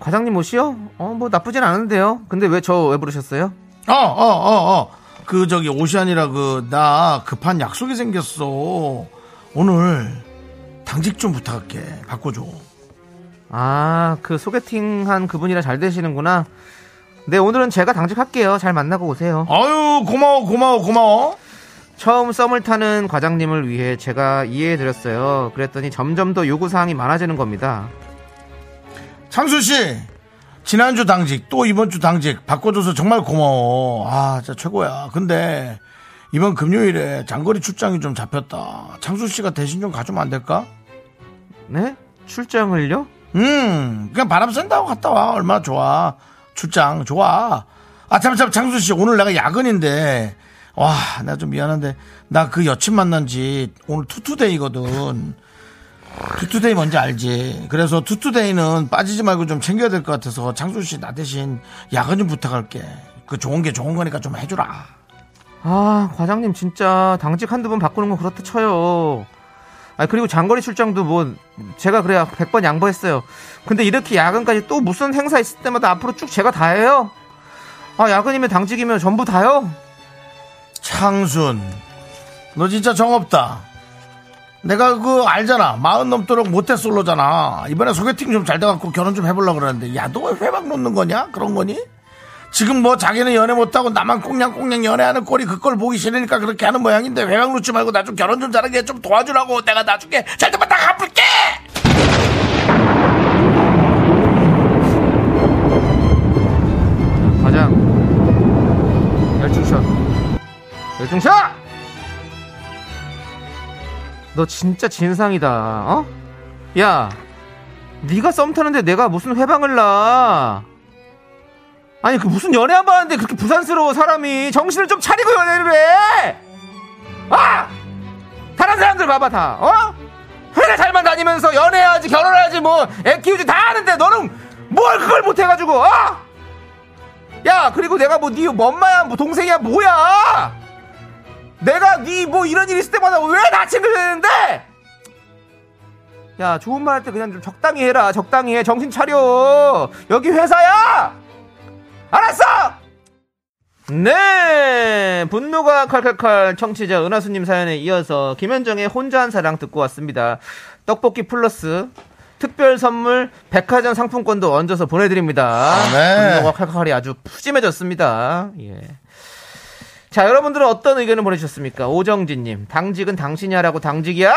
S2: 과장님 옷이요? 어, 뭐 나쁘진 않은데요. 근데 왜 저 왜 부르셨어요?
S1: 어 어 어 어 그 저기 옷이 아니라 그 나 급한 약속이 생겼어 오늘 당직 좀 부탁할게 바꿔줘
S2: 아, 그 소개팅한 그분이랑 잘 되시는구나. 네, 오늘은 제가 당직할게요. 잘 만나고 오세요.
S1: 아유 고마워 고마워 고마워
S2: 처음 썸을 타는 과장님을 위해 제가 이해해드렸어요. 그랬더니 점점 더 요구사항이 많아지는 겁니다.
S1: 장순씨 지난주 당직 또 이번주 당직 바꿔줘서 정말 고마워 아 진짜 최고야 근데 이번 금요일에 장거리 출장이 좀 잡혔다 장순씨가 대신 좀 가주면 안될까?
S2: 네? 출장을요?
S1: 음 그냥 바람 쐰다고 갔다 와 얼마나 좋아 출장 좋아 아 잠시만 장순씨 오늘 내가 야근인데 와 나 좀 미안한데 나 그 여친 만난 지 오늘 투투데이거든 투투데이 뭔지 알지? 그래서 투투데이는 빠지지 말고 좀 챙겨야 될 것 같아서 창순 씨 나 대신 야근 좀 부탁할게. 그 좋은 게 좋은 거니까 좀 해주라.
S2: 아, 과장님 진짜 당직 한두 번 바꾸는 거 그렇다 쳐요. 아, 그리고 장거리 출장도 뭐 제가 그래야 100번 양보했어요. 근데 이렇게 야근까지 또 무슨 행사 있을 때마다 앞으로 쭉 제가 다 해요? 아, 야근이면 당직이면 전부 다요?
S1: 창순, 너 진짜 정없다. 내가 그 알잖아. 마흔 넘도록 모태 솔로잖아. 이번에 소개팅 좀 잘 돼갖고 결혼 좀 해보려고 그러는데, 야, 너 왜 회방 놓는 거냐? 그런 거니? 지금 뭐 자기는 연애 못하고 나만 꽁냥꽁냥 연애하는 꼴이 그걸 보기 싫으니까 그렇게 하는 모양인데, 회방 놓지 말고 나 좀 결혼 좀 잘하게 좀 도와주라고. 내가 나중에 잘 되면 다 갚을게!
S2: 과장. 열중샷. 열중샷! 너 진짜 진상이다. 어? 야. 네가 썸 타는데 내가 무슨 회방을 나? 아니 그 무슨 연애 한 번 하는데 그렇게 부산스러워 사람이 정신을 좀 차리고 연애를 해. 아! 다른 사람들 봐봐 다. 어? 회사 잘만 다니면서 연애해야지 결혼해야지 뭐 애 키우지 다 하는데 너는 뭘 그걸 못 해가지고 어? 야 그리고 내가 뭐 네 엄마야 뭐 동생이야 뭐야 내가 네 뭐 이런 일 있을 때마다 왜 나 챙겨줘야 되는데 야 좋은 말 할 때 그냥 좀 적당히 해라 적당히 해 정신 차려 여기 회사야 알았어 네 분노가 칼칼칼 청취자 은하수님 사연에 이어서 김현정의 혼자 한 사랑 듣고 왔습니다 떡볶이 플러스 특별 선물 백화점 상품권도 얹어서 보내드립니다.
S1: 네.
S2: 분노가 칼칼칼이 아주 푸짐해졌습니다. 예. 자, 여러분들은 어떤 의견을 보내주셨습니까? 오정진님, 당직은 당신이야라고 당직이야!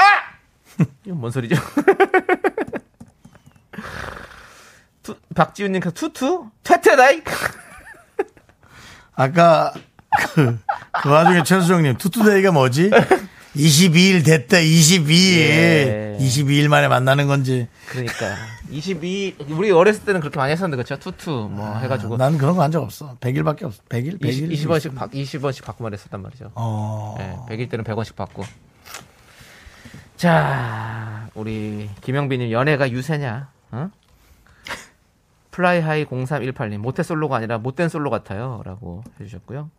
S2: 이건 뭔 소리죠? (laughs) 투- 박지훈님, 그 투투? 퇴퇴다이?
S1: 아까 그, 그 와중에 최수정님 투투데이가 (laughs) 뭐지? 22일 됐다 22일
S2: 예.
S1: 22일 만에 만나는 건지
S2: 그러니까. 22, 우리 어렸을 때는 그렇게 많이 했었는데, 그쵸? 투투, 뭐, 해가지고.
S1: 난 그런 거 한 적 없어 100일밖에 없어 100일 100일
S2: 20, 원씩 받, 20원씩 받고 말했었단 말이죠.
S1: 어.
S2: 예, 100일 때는 100원씩 받고. 자, 우리 김영빈님 연애가 유세냐? 어? 플라이하이 0318님 모태 솔로가 아니라 못된 솔로 같아요라고 해주셨고요.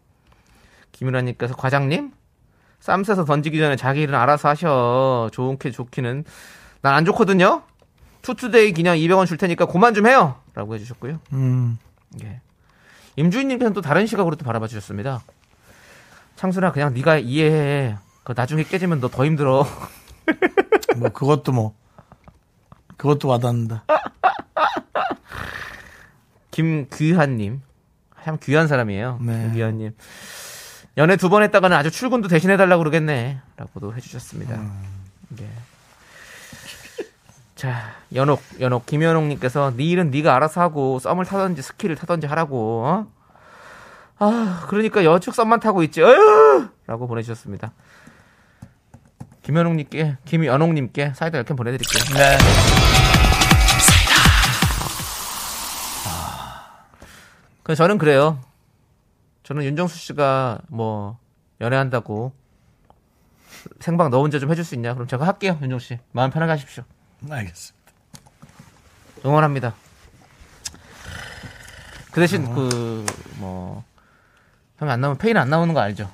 S2: 김윤아님께서 과장님 쌈 싸서 던지기 전에 자기 일은 알아서 하셔. 좋게 좋기는 난 안 좋거든요. 투투데이 기념 200원 줄 테니까 그만 좀 해요라고 해주셨고요.
S1: 음.
S2: 예. 임주인님께서는 또 다른 시각으로 또 바라봐 주셨습니다. 창순아 그냥 네가 이해해. 그 나중에 깨지면 너 더 힘들어.
S1: 뭐 그것도 뭐 그것도 와닿는다
S2: 김귀한님. 참 귀한 사람이에요.
S1: 네.
S2: 김귀한님. 연애 두 번 했다가는 아주 출근도 대신해달라고 그러겠네. 라고도 해주셨습니다. 네. 자, 연옥, 연옥, 김연옥님께서 네 일은 네가 알아서 하고 썸을 타든지 스키를 타든지 하라고. 어? 아, 그러니까 여축 썸만 타고 있지. 어휴! 라고 보내주셨습니다. 김연옥님께, 김연옥님께 사이다 이렇게 보내드릴게요.
S1: 네.
S2: 그 저는 그래요. 저는 윤정수 씨가 뭐 연애한다고 생방 너 혼자 좀 해줄 수 있냐? 그럼 제가 할게요, 윤정 씨. 마음 편하게 하십시오.
S1: 알겠습니다.
S2: 응원합니다. 그 대신 그 뭐 형이 안 나오면 페인 안 나오는 거 알죠?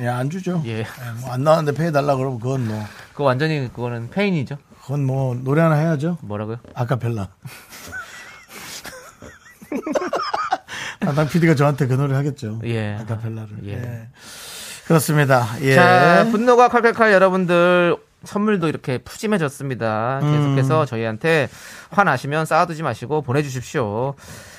S1: 예, 안 주죠.
S2: 예.
S1: 뭐 안 나왔는데 페이 달라 그러면 그건 뭐
S2: 그거 완전히 그거는 페인이죠.
S1: 그건 뭐 노래 하나 해야죠.
S2: 뭐라고요?
S1: 아카펠라. (laughs) 아당 PD가 저한테 그 노래 하겠죠.
S2: 예.
S1: 아카펠라를.
S2: 예.
S1: 예. 그렇습니다. 예.
S2: 자, 분노가 칼칼칼 여러분들 선물도 이렇게 푸짐해졌습니다. 계속해서 저희한테 화나시면 쌓아두지 마시고 보내주십시오.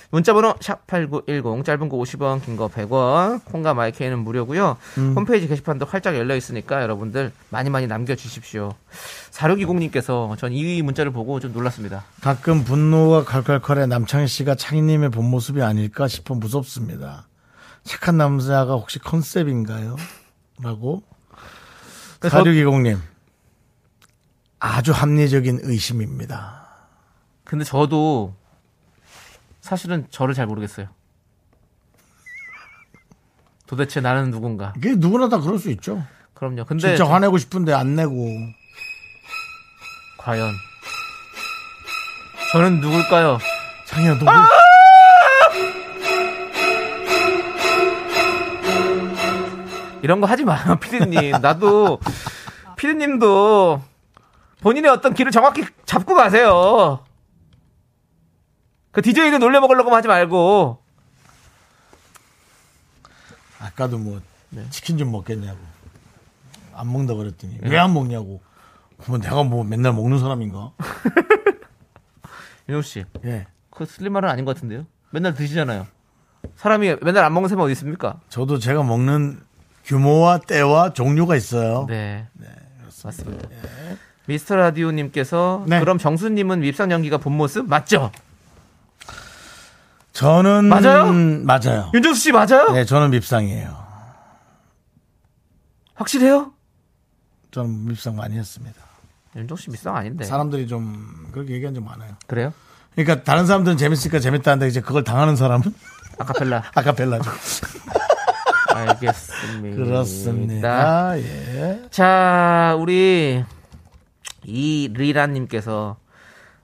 S2: 문자번호 샵8910 짧은 거 50원 긴 거 100원 콩과 마이크는 무료고요. 홈페이지 게시판도 활짝 열려 있으니까 여러분들 많이 많이 남겨주십시오. 4620님께서 전 이 문자를 보고 좀 놀랐습니다.
S1: 가끔 분노가 칼칼칼해 남창희 씨가 창희님의 본 모습이 아닐까 싶어 무섭습니다. 착한 남자가 혹시 컨셉인가요? 라고.
S2: 그래서
S1: 4620님. 아주 합리적인 의심입니다.
S2: 근데 저도 사실은 저를 잘 모르겠어요. 도대체 나는 누군가?
S1: 이게 누구나 다 그럴 수 있죠.
S2: 그럼요. 근데
S1: 진짜 화내고 싶은데 안 내고.
S2: 과연 저는 누굴까요?
S1: 창희야,
S2: 아!
S1: 너. 왜-
S2: 이런 거 하지 마요, (laughs) 피디님. 나도 피디님도 본인의 어떤 길을 정확히 잡고 가세요. 그 DJ를 놀려 먹으려고 하지 말고
S1: 아까도 뭐
S2: 네.
S1: 치킨 좀 먹겠냐고 안 먹는다 그랬더니
S2: 네.
S1: 왜 안 먹냐고 그러면 내가 뭐 맨날 먹는
S2: (laughs)
S1: 사람인가
S2: 윤호 씨,
S1: 예
S2: 그 틀린 말은 아닌 것 같은데요. 맨날 드시잖아요. 사람이 맨날 안 먹는 사람 어디 있습니까?
S1: 저도 제가 먹는 규모와 때와 종류가 있어요
S2: 네. 맞습니다. 미스터 라디오님께서
S1: 네.
S2: 그럼 정수님은 밉상 연기가 본 모습 맞죠?
S1: 저는
S2: 맞아요?
S1: 맞아요
S2: 윤정수 씨 맞아요?
S1: 네 저는 밉상이에요
S2: 확실해요?
S1: 저는 밉상 많이 했습니다
S2: 윤정수 씨 밉상
S1: 네.
S2: 아닌데.
S1: 사람들이 좀 그렇게 얘기한 적 많아요
S2: 그래요?
S1: 그러니까 다른 사람들은 재밌으니까 재밌다는데 이제 그걸 당하는 사람은 (laughs)
S2: 아카펠라. (laughs)
S1: 아카펠라죠
S2: 알겠습니다.
S1: 그렇습니다 예
S2: 자, 우리 이 리라님께서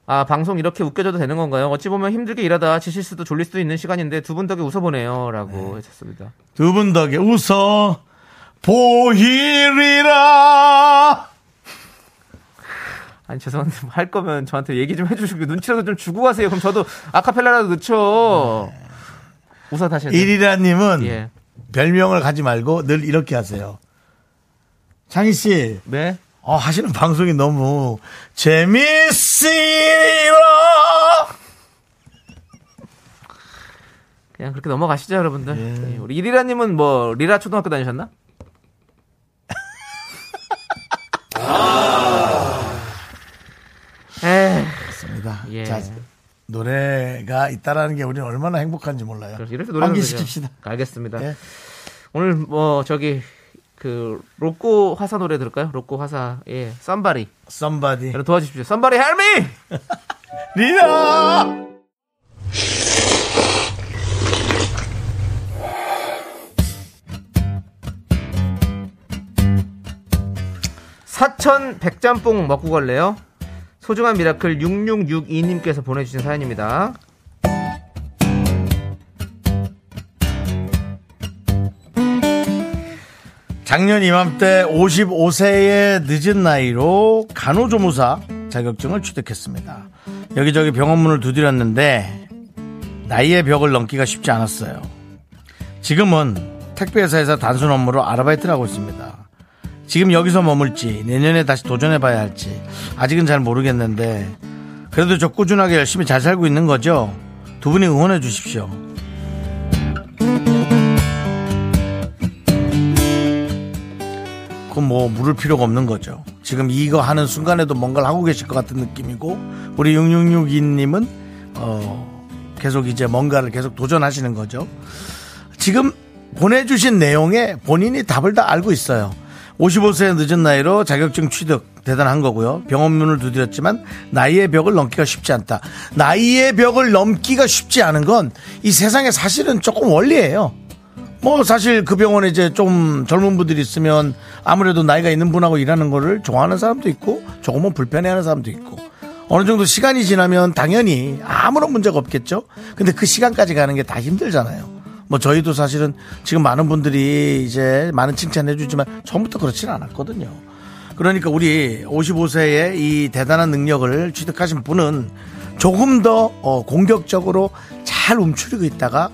S2: 아 방송 이렇게 웃겨줘도 되는 건가요? 어찌 보면 힘들게 일하다 지칠 수도 졸릴 수도 있는 시간인데 두 분 덕에 웃어보네요라고 해주셨습니다.
S1: 두 분 덕에 웃어 보이리라.
S2: 아니 죄송한데 뭐할 거면 저한테 얘기 좀 해주시고 눈치라도 좀 주고 가세요. 그럼 저도 아카펠라라도 넣죠. 웃어 다시.
S1: 네.
S2: 해도.
S1: 이리라님은
S2: 예.
S1: 별명을 가지 말고 늘 이렇게 하세요. 창희 씨,
S2: 네.
S1: 어, 하시는 방송이 너무 재밌으리라.
S2: 그냥 그렇게 넘어가시죠 여러분들. 예, 우리 이리라님은 뭐 리라 초등학교
S1: (laughs)
S2: 다니셨나? 아. 에이.
S1: 입니다.
S2: 예.
S1: 자, 노래가 있다라는 게 우리는 얼마나 행복한지 몰라요.
S2: 그래서 그렇죠. 이렇게 노래를
S1: 환기시킵시다.
S2: 부르죠. 알겠습니다.
S1: 예.
S2: 오늘 뭐 저기 그 로꼬 화사 노래 들을까요? 로꼬 화사 예 썸바리
S1: Somebody.
S2: 여러분 도와주십시오. 썸바리 헬미
S1: 리라!
S2: 사천 백짬뽕 먹고 갈래요? 소중한 미라클 6662님께서 보내주신 사연입니다.
S1: 작년 이맘때 55세의 늦은 나이로 간호조무사 자격증을 취득했습니다. 여기저기 병원문을 두드렸는데 나이의 벽을 넘기가 쉽지 않았어요. 지금은 택배회사에서 단순 업무로 아르바이트를 하고 있습니다. 지금 여기서 머물지 내년에 다시 도전해봐야 할지 아직은 잘 모르겠는데 그래도 저 꾸준하게 열심히 잘 살고 있는 거죠. 두 분이 응원해 주십시오. 그건 뭐 물을 필요가 없는 거죠. 지금 이거 하는 순간에도 뭔가를 하고 계실 것 같은 느낌이고 우리 6662님은 어 계속 이제 뭔가를 계속 도전하시는 거죠. 지금 보내주신 내용에 본인이 답을 다 알고 있어요. 55세 늦은 나이로 자격증 취득 대단한 거고요. 병원문을 두드렸지만 나이의 벽을 넘기가 쉽지 않다. 나이의 벽을 넘기가 쉽지 않은 건 이 세상에 사실은 조금 원리예요. 뭐 사실 그 병원에 이제 좀 젊은 분들이 있으면 아무래도 나이가 있는 분하고 일하는 거를 좋아하는 사람도 있고 조금은 불편해하는 사람도 있고 어느 정도 시간이 지나면 당연히 아무런 문제가 없겠죠. 근데 그 시간까지 가는 게 다 힘들잖아요. 뭐 저희도 사실은 지금 많은 분들이 이제 많은 칭찬해 주지만 처음부터 그렇지는 않았거든요. 그러니까 우리 55세의 이 대단한 능력을 취득하신 분은 조금 더 어, 공격적으로 잘 움츠리고 있다가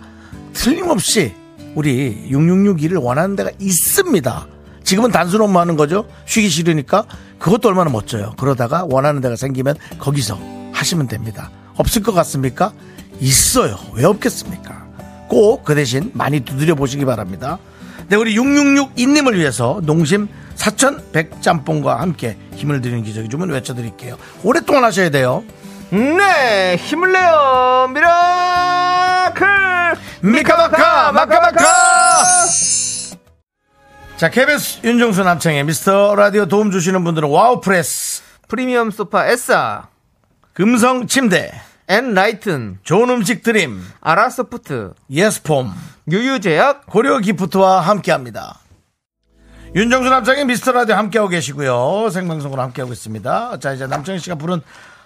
S1: 틀림없이 우리 6662를 원하는 데가 있습니다. 지금은 단순 업무하는 거죠. 쉬기 싫으니까 그것도 얼마나 멋져요. 그러다가 원하는 데가 생기면 거기서 하시면 됩니다. 없을 것 같습니까? 있어요. 왜 없겠습니까? 꼭 그 대신 많이 두드려 보시기 바랍니다. 네, 우리 6662님을 위해서 농심 사천 백짬뽕과 함께 힘을 드리는 기적의 주문 외쳐드릴게요. 오랫동안 하셔야 돼요.
S2: 네, 힘을 내요, 미라클!
S1: 미카마카 마카마카 자 KBS 윤정수 남창의 미스터 라디오 도움 주시는 분들은 와우프레스
S2: 프리미엄 소파 에싸,
S1: 금성 침대
S2: 엔라이튼,
S1: 좋은 음식 드림
S2: 아라소프트,
S1: 예스폼
S2: 유유제약,
S1: 고려 기프트와 함께합니다 윤정수 남창의 미스터 라디오 함께하고 계시고요 생방송으로 함께하고 있습니다 자 이제 남창희 씨가 부른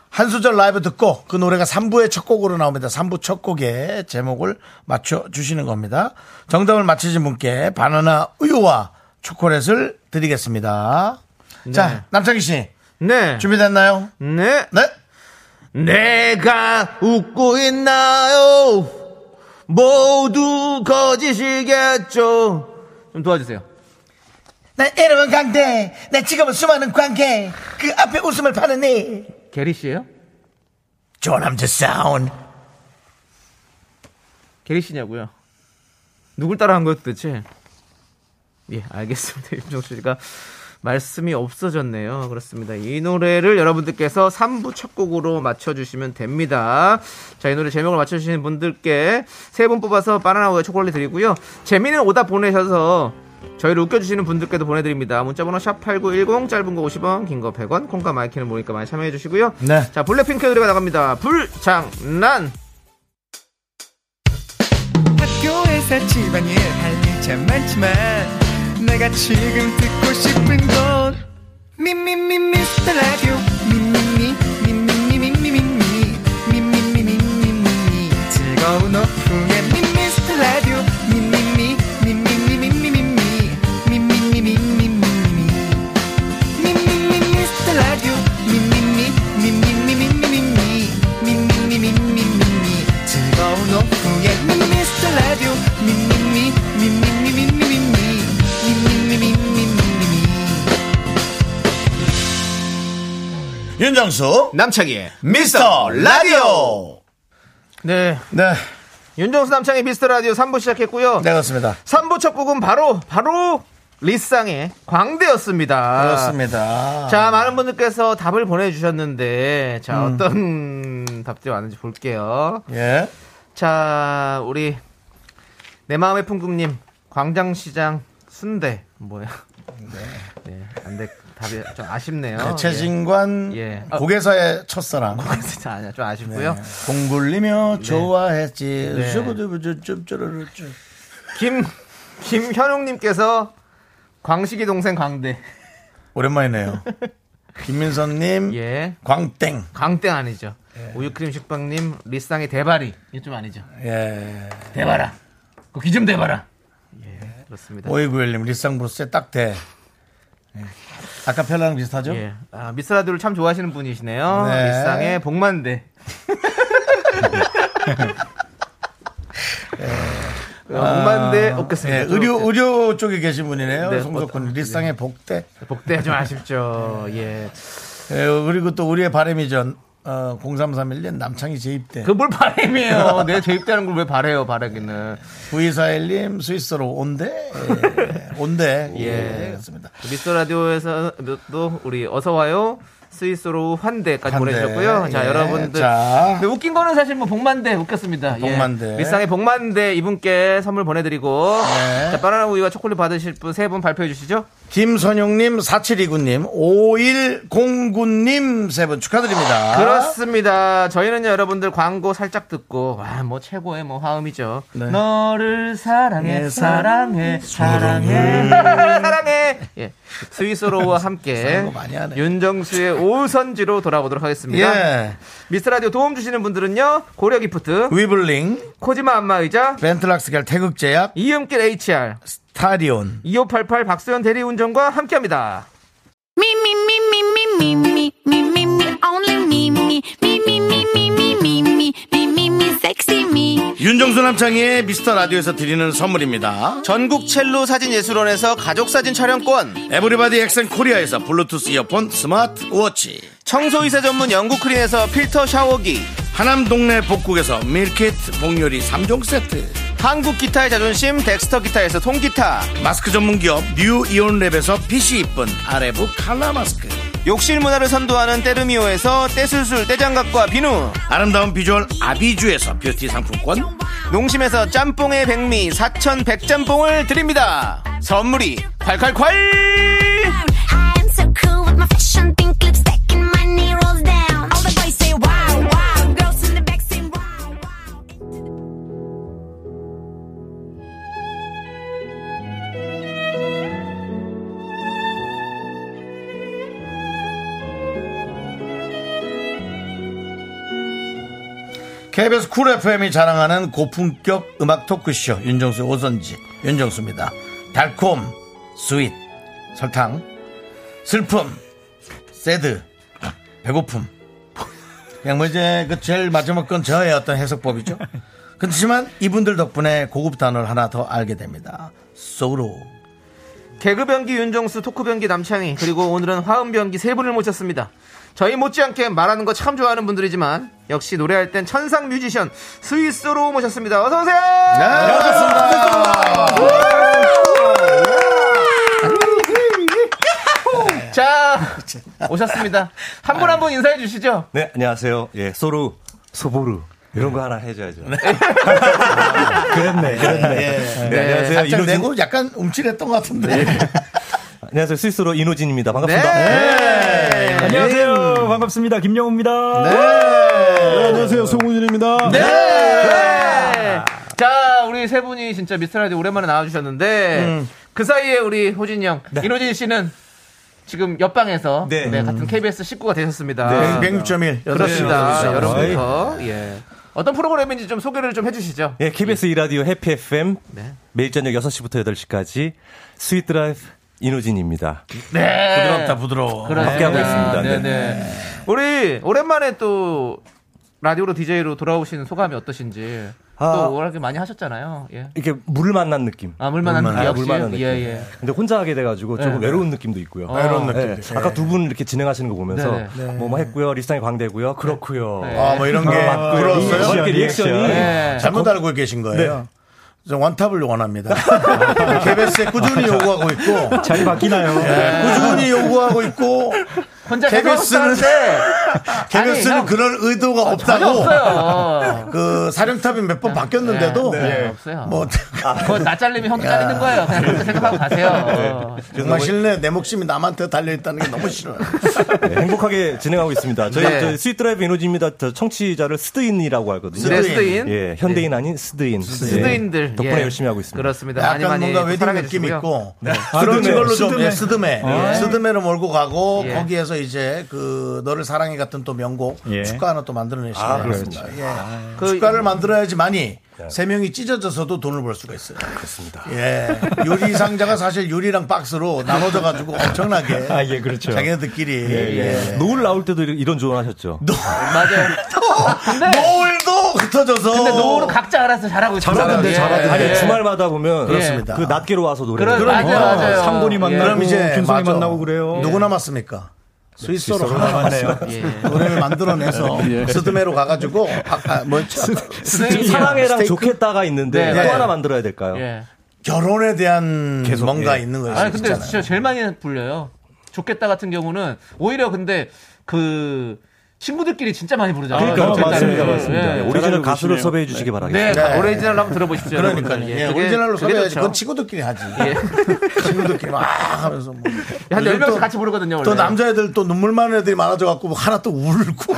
S1: 한 소절 라이브 듣고 그 노래가 3부의 첫 곡으로 나옵니다. 3부 첫 곡의 제목을 맞춰주시는 겁니다. 정답을 맞히신 분께 바나나 우유와 초콜릿을 드리겠습니다. 자, 남창희 씨.
S2: 네,
S1: 준비됐나요?
S2: 네,
S1: 네?
S2: 내가 웃고 있나요? 모두 거짓이겠죠. 좀 도와주세요.
S1: 난 이름은 강대. 내 직업은 수많은 관계. 그 앞에 웃음을 파는 네.
S2: 게리 씨예요?
S1: 조남자 사운.
S2: 게리 씨냐고요? 누굴 따라한 거였 도대체? 예, 알겠습니다. (laughs) 윤정수 씨가 말씀이 없어졌네요. 그렇습니다. 이 노래를 여러분들께서 3부 첫 곡으로 맞춰주시면 됩니다. 자, 이 노래 제목을 맞춰주시는 분들께 세 분 뽑아서 바나나우유 초콜릿 드리고요. 재미있는 오답 보내셔서 저희를 웃겨주시는 분들께도 보내드립니다. 문자번호 샵8910, 짧은 거 50원, 긴 거 100원, 콩과 마이키는 모니까 많이 참여해주시고요.
S1: 네.
S2: 자, 블랙핑크 노래가 나갑니다. 불장난!
S5: 학교에서 집안일 할 일 참 많지만 내가 지금 듣고 싶은 건 미미미 미스터 라디오 미미미 미미미 미미미 미미미 미미미 즐거운 오후에 미스터 라디오 미미미 미미미 미미미 미미미 미미미 미미미 미스터 라디오 미미미 미미미 미미미 미미미 미미미 즐거운 오후에 미스터 라디오 미미미 미미미 미미미 미미미 미미미
S1: 윤정수.
S2: 남창희의
S1: 미스터 라디오.
S2: 네.
S1: 네.
S2: 윤정수 남창의 미스터 라디오 3부 시작했고요.
S1: 네, 그렇습니다.
S2: 3부 첫 곡은 바로, 바로, 리쌍의 광대였습니다.
S1: 그렇습니다.
S2: 자, 많은 분들께서 답을 보내주셨는데, 자, 어떤 답들이 왔는지 볼게요.
S1: 예.
S2: 자, 우리, 내 마음의 풍금님, 광장시장 순대, 뭐야. 네. 안 돼. 답이 좀 아쉽네요.
S1: 최진관
S2: 예.
S1: 고개사의 첫사랑.
S2: 예. (laughs) 아니야, 좀 아쉽고요.
S1: 공굴리며 좋아했지.
S2: 네.
S1: 쭈부쭈부쭈쭈쭈쭈쭈.
S2: 김, 김현웅님께서 광식이 동생 광대.
S1: 오랜만이네요. 김민선님,
S2: 예.
S1: 광땡.
S2: 광대 아니죠. 우유크림 식빵님, 리쌍의 대바리. 이거 좀 아니죠.
S1: 예.
S2: 대바라. 그거 기좀 대바라. 예. 그렇습니다.
S1: 오이구엘님, 리쌍브로스의 딱대. 예. 아까 펠라랑 비슷하죠?
S2: 예. 아, 미스라디오를 참 좋아하시는 분이시네요.
S1: 네.
S2: 리쌍의
S1: (laughs)
S2: 복만대. 어, 복만대 없겠습니다.
S1: 예, 의료, 의료 쪽에 계신 분이네요.
S2: 네,
S1: 송석훈
S2: 어떤-
S1: 리쌍의 복대.
S2: 복대 좀 아쉽죠. 예.
S1: 예, 그리고 또 우리의 바람이전 어, 0331님 남창희 재입대.
S2: 그뭘
S1: 예.
S2: 바램이에요. 어, 내 재입대하는 걸 왜 바래요, 바라기는.
S1: 9241님 스위스로 온대. 예,
S2: (laughs)
S1: 온대. 예. 그렇습니다.
S2: 미스터 라디오에서도 우리 어서와요. 스위스로 환대까지
S1: 환대.
S2: 보내주셨고요. 자,
S1: 예,
S2: 여러분들.
S1: 자.
S2: 근데 웃긴 거는 사실 뭐 복만대 웃겼습니다.
S1: 복만대.
S2: 예. 밑상의 복만대 이분께 선물 보내드리고.
S1: 네.
S2: 자, 바나나 우유와 초콜릿 받으실 분 세 분 발표해 주시죠.
S1: 김선용님, 4729님, 5109님 세 분 축하드립니다.
S2: 그렇습니다. 저희는 여러분들 광고 살짝 듣고 와 뭐 최고의 뭐 화음이죠.
S1: 네.
S2: 너를 사랑해
S1: 네, 음.
S2: 사랑해 사랑해 (laughs) 사랑해. 예. 스위스로와 함께
S1: 사랑도 많이 하네.
S2: 윤정수의 오선지로 돌아보도록 하겠습니다.
S1: 예.
S2: 미스 라디오 도움 주시는 분들은요. 고려 기프트,
S1: 위블링,
S2: 코지마 안마 의자,
S1: 벤틀락스겔 태극제약,
S2: 이음길 HR,
S1: 스타리온.
S2: 2588 박수현 대리운전과 함께합니다.
S4: Me, me, me, me, me, me, me, me, me, me, only me, me, me, me, me, me, me, me, me, me, me, me, sexy me.
S1: 윤정수 남창희의 미스터 라디오에서 드리는 선물입니다.
S3: 전국 첼로 사진 예술원에서 가족 사진 촬영권,
S1: 에브리바디 엑센 코리아에서 블루투스 이어폰 스마트 워치.
S3: 청소이사 전문 영국 크린에서 필터 샤워기,
S1: 하남 동네 복국에서 밀키트 복요리 3종 세트.
S3: 한국 기타의 자존심 덱스터 기타에서 통기타,
S1: 마스크 전문 기업 뉴 이온랩에서 핏이 이쁜 아레브 칼라 마스크.
S3: 욕실 문화를 선도하는 때르미오에서 떼술술 떼장갑과 비누,
S1: 아름다운 비주얼 아비주에서 뷰티 상품권.
S3: 농심에서 짬뽕의 백미 사천 백짬뽕을 드립니다. 선물이 콸콸콸!
S4: I am so cool with my fashion pink lipstick and my knee rolls down. All the boys say wow, wow. Girls in the back say wow, wow.
S1: KBS 쿨 FM이 자랑하는 고품격 음악 토크쇼 윤정수 오선지 윤정수입니다. 달콤, 스윗, 설탕, 슬픔, 새드, 배고픔. 그냥 뭐 이제 그 제일 마지막 건 저의 어떤 해석법이죠. 그렇지만 이분들 덕분에 고급 단어를 하나 더 알게 됩니다. 소로.
S2: 개그 변기 윤정수, 토크 변기 남창희, 그리고 오늘은 화음 변기 세 분을 모셨습니다. 저희 못지않게 말하는 거 참 좋아하는 분들이지만 역시 노래할 땐 천상 뮤지션 스위스로 모셨습니다. 어서 오세요.
S1: 아,
S6: 네.
S2: 자 오셨습니다. 한 분 한 분 인사해 주시죠.
S6: 네, 안녕하세요. 예, 소루, 소보루. 이런 거 하나 해줘야죠. 그랬네, 그랬네. 네, 안녕하세요.
S1: 예. 살짝
S6: 이노진.
S1: 내고 약간 움찔했던 것 같은데. 네.
S6: 안녕하세요. 스위스로 이노진입니다.
S2: 네.
S6: 반갑습니다. 네.
S7: 안녕하세요. 네. 반갑습니다.
S8: 네.
S7: 김영우입니다. 네,
S8: 안녕하세요 송훈진입니다.
S2: 네.
S6: 네.
S2: 자 우리 세 분이 진짜 미스터라디 오랜만에 나와주셨는데
S6: 음.
S2: 그 사이에 우리 호진이 형, 이노진 씨는 지금 옆방에서
S6: 네.
S2: 네, 같은 KBS 식구가 되셨습니다.
S1: 106.1.
S2: 그렇습니다.
S6: 네,
S2: 여러분부터 예. 어떤 프로그램인지 좀 소개를 좀 해주시죠.
S6: 예, KBS 2라디오 해피 FM.
S2: 네.
S6: 매일 저녁 6시부터 8시까지 스윗 드라이브 이노진입니다.
S2: 네.
S1: 부드럽다, 부드러워.
S6: 어, 함께 하고 있습니다.
S2: 네네.
S6: 네.
S2: 우리 오랜만에 또 라디오로 DJ로 돌아오시는 소감이 어떠신지.
S6: 아.
S2: 또 워낙에 많이 하셨잖아요. 예.
S6: 이렇게 물을 만난 느낌.
S2: 아 물만한
S6: 아,
S2: 느낌 역시.
S6: 물 만난 느낌.
S2: 예, 예.
S6: 근데 혼자 하게 돼가지고 조금 외로운 느낌도 있고요.
S2: 외로운
S6: 예, 아까 두 분 이렇게 진행하시는 거 보면서
S2: 아, 네,
S6: 뭐 뭐 했고요, 리쌍이 광대고요, 그렇고요.
S1: 아, 뭐 이런 게
S6: 뭐
S1: 부러웠어요? 네.
S6: 이렇게 네. 리액션이
S2: 예.
S1: 잘못 알고 계신
S2: 네.
S1: 거예요. 저 원탑을 원합니다. (laughs) KBS에 꾸준히 요구하고 있고,
S7: 자리 바뀌나요?
S2: 네.
S1: 꾸준히 요구하고 있고,
S2: 혼자
S1: KBS는,
S2: 아니,
S1: KBS는
S2: 형.
S1: 그런 의도가
S2: 전혀
S6: 뭐.
S1: 없다고,
S2: 없어요.
S1: 그 사령탑이 몇 번 바뀌었는데도,
S2: 네, 네, 아.
S1: 예.
S2: 없어요.
S1: 뭐,
S2: 그거 나 잘리면 형도 잘리는 거예요. 그냥 그렇게 생각하고 가세요.
S1: (laughs) 정말 실내 내 목숨이 남한테 달려있다는 게 너무 싫어요.
S6: (laughs) 네, 행복하게 진행하고 있습니다. 저희
S2: 네.
S6: 저 스윗드라이브 이노지입니다. 저 청취자를 스드인이라고 하거든요.
S2: 네,
S1: 스드인.
S2: 스인.
S6: 예, 현대인 아닌 스드인.
S2: 스드인들
S6: 예, 덕분에
S2: 예.
S6: 열심히 하고 있습니다.
S2: 그렇습니다. 많이
S1: 약간
S2: 많이
S1: 뭔가 웨딩
S2: 사랑해
S1: 느낌
S2: 주시고요. 네.
S1: 있고 그런 걸로 좀 예, 스드메
S2: 예.
S1: 스드메로 몰고 가고
S2: 예.
S1: 거기에서 이제 그 너를 사랑해 같은 또 명곡 축가 하나 또 만들어내시고
S6: 아, 그렇습니다.
S1: 예.
S2: 그-
S1: 축가를 만들어야지만이 세 명이 찢어져서도 돈을 벌 수가 있어요.
S6: 그렇습니다.
S1: 예. 유리 상자가 사실 유리랑 박스로 나눠져 가지고 엄청나게
S7: 아, 예, 그렇죠.
S1: 자기네들끼리 예.
S6: 노을 나올 때도 이런- 이런 조언하셨죠.
S2: 맞아요.
S1: 노을도 흩어져서
S2: 근데 노후로 각자 알아서 잘하고 예. 있어요. 잘하는데
S6: 아니
S2: 네.
S6: 주말마다 보면
S1: 그렇습니다.
S6: 그 낮게로 와서 노래.
S2: 그래, 맞아요, 맞아요.
S7: 상곤이
S2: 예.
S7: 만나고
S1: 그럼 이제
S7: 김선이
S1: 맞아.
S7: 만나고 그래요.
S1: 누구 남았습니까? 스위스로
S6: 스위스로
S1: 가네요.
S2: 예.
S1: 노래를 만들어내서 스드메로 가가지고 아까 뭐
S6: 지금 사랑해랑
S1: 스테이크?
S6: 좋겠다가 있는데
S2: 네,
S6: 또
S1: 네.
S6: 하나 만들어야 될까요?
S2: 예.
S1: 결혼에 대한
S6: 계속,
S1: 뭔가
S6: 예.
S1: 있는 거예요.
S2: 아니 근데
S1: 있잖아요.
S2: 진짜 제일 많이 불려요. 좋겠다 같은 경우는 오히려 근데 그 친구들끼리 진짜 많이 부르잖아요.
S6: 그러니까요.
S2: 좋겠다를.
S6: 맞습니다,
S2: 예.
S6: 맞습니다. 예.
S2: 예.
S6: 오리지널
S8: 자랑해
S6: 네. 가수를
S8: 보시네요.
S6: 섭외해 주시기 바라겠습니다.
S2: 네,
S1: 네.
S2: 오리지널 한번 들어보십시오. 여러분들.
S1: 그러니까요. 예,
S2: 그게- 그게
S1: 오리지널로
S2: 그렇죠.
S1: 섭외해야지.
S2: 좋죠.
S1: 그건 친구들끼리 하지. (laughs) 친구들끼리 막 하면서 뭐.
S2: 예, 한
S1: 요즘
S2: 10명씩
S1: 또-
S2: 같이 부르거든요.
S1: 또
S2: 원래.
S1: 남자애들 또 눈물 많은 애들이 많아져갖고 뭐 하나 또 울고.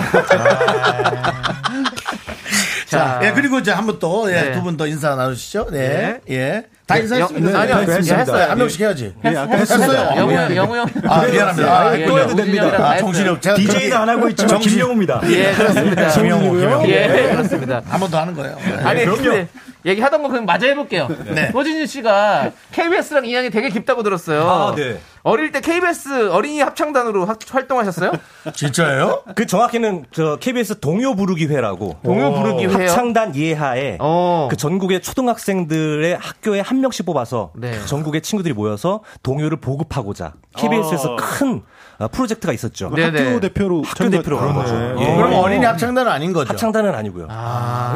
S1: (laughs) 자, 예, 그리고 이제 한 번 또, 예,
S2: 아. 네.
S1: 두 분 더 인사 나누시죠. 네. 예. 다 인사했습니다. 네,
S2: 영- 아니요, 예.
S8: 했습니다.
S1: 했어요. 한 명씩 해야지. 했어요.
S2: 아, 영우
S1: 예.
S2: 형, 예, 영우 형.
S1: 아, 미안합니다. 아, 또 해도
S2: 됩니다.
S1: 아, 정신이 없. 제가
S7: DJ는 안 하고 있지만
S1: 정신-
S7: 김영우입니다.
S2: 예,
S8: 아,
S2: 그렇습니다.
S1: 김영호, 김영호.
S2: 예, 그렇습니다.
S1: 한번 더 하는 거예요. 네.
S2: 아니, 근데 얘기하던 거 그냥 마저 해볼게요.
S1: 네.
S2: 노진희 씨가 KBS랑 인연이 되게 깊다고 들었어요.
S6: 아, 네.
S2: 어릴 때 KBS 어린이 합창단으로 학- 활동하셨어요?
S1: 진짜예요?
S6: 그 정확히는 저 KBS 동요 부르기회라고
S2: 동요 부르기 회요?
S6: 합창단 예하에
S2: 어.
S6: 그 전국의 초등학생들의 학교에 한 명씩 뽑아서 그
S2: 네.
S6: 전국의 친구들이 모여서 동요를 보급하고자 KBS에서 큰 어, 프로젝트가 있었죠.
S2: 네.
S8: 학교 대표로
S6: 학교 대표로 간 거죠. 예.
S1: 그럼 어린이 합창단은 아닌 거죠.
S6: 합창단은 아니고요.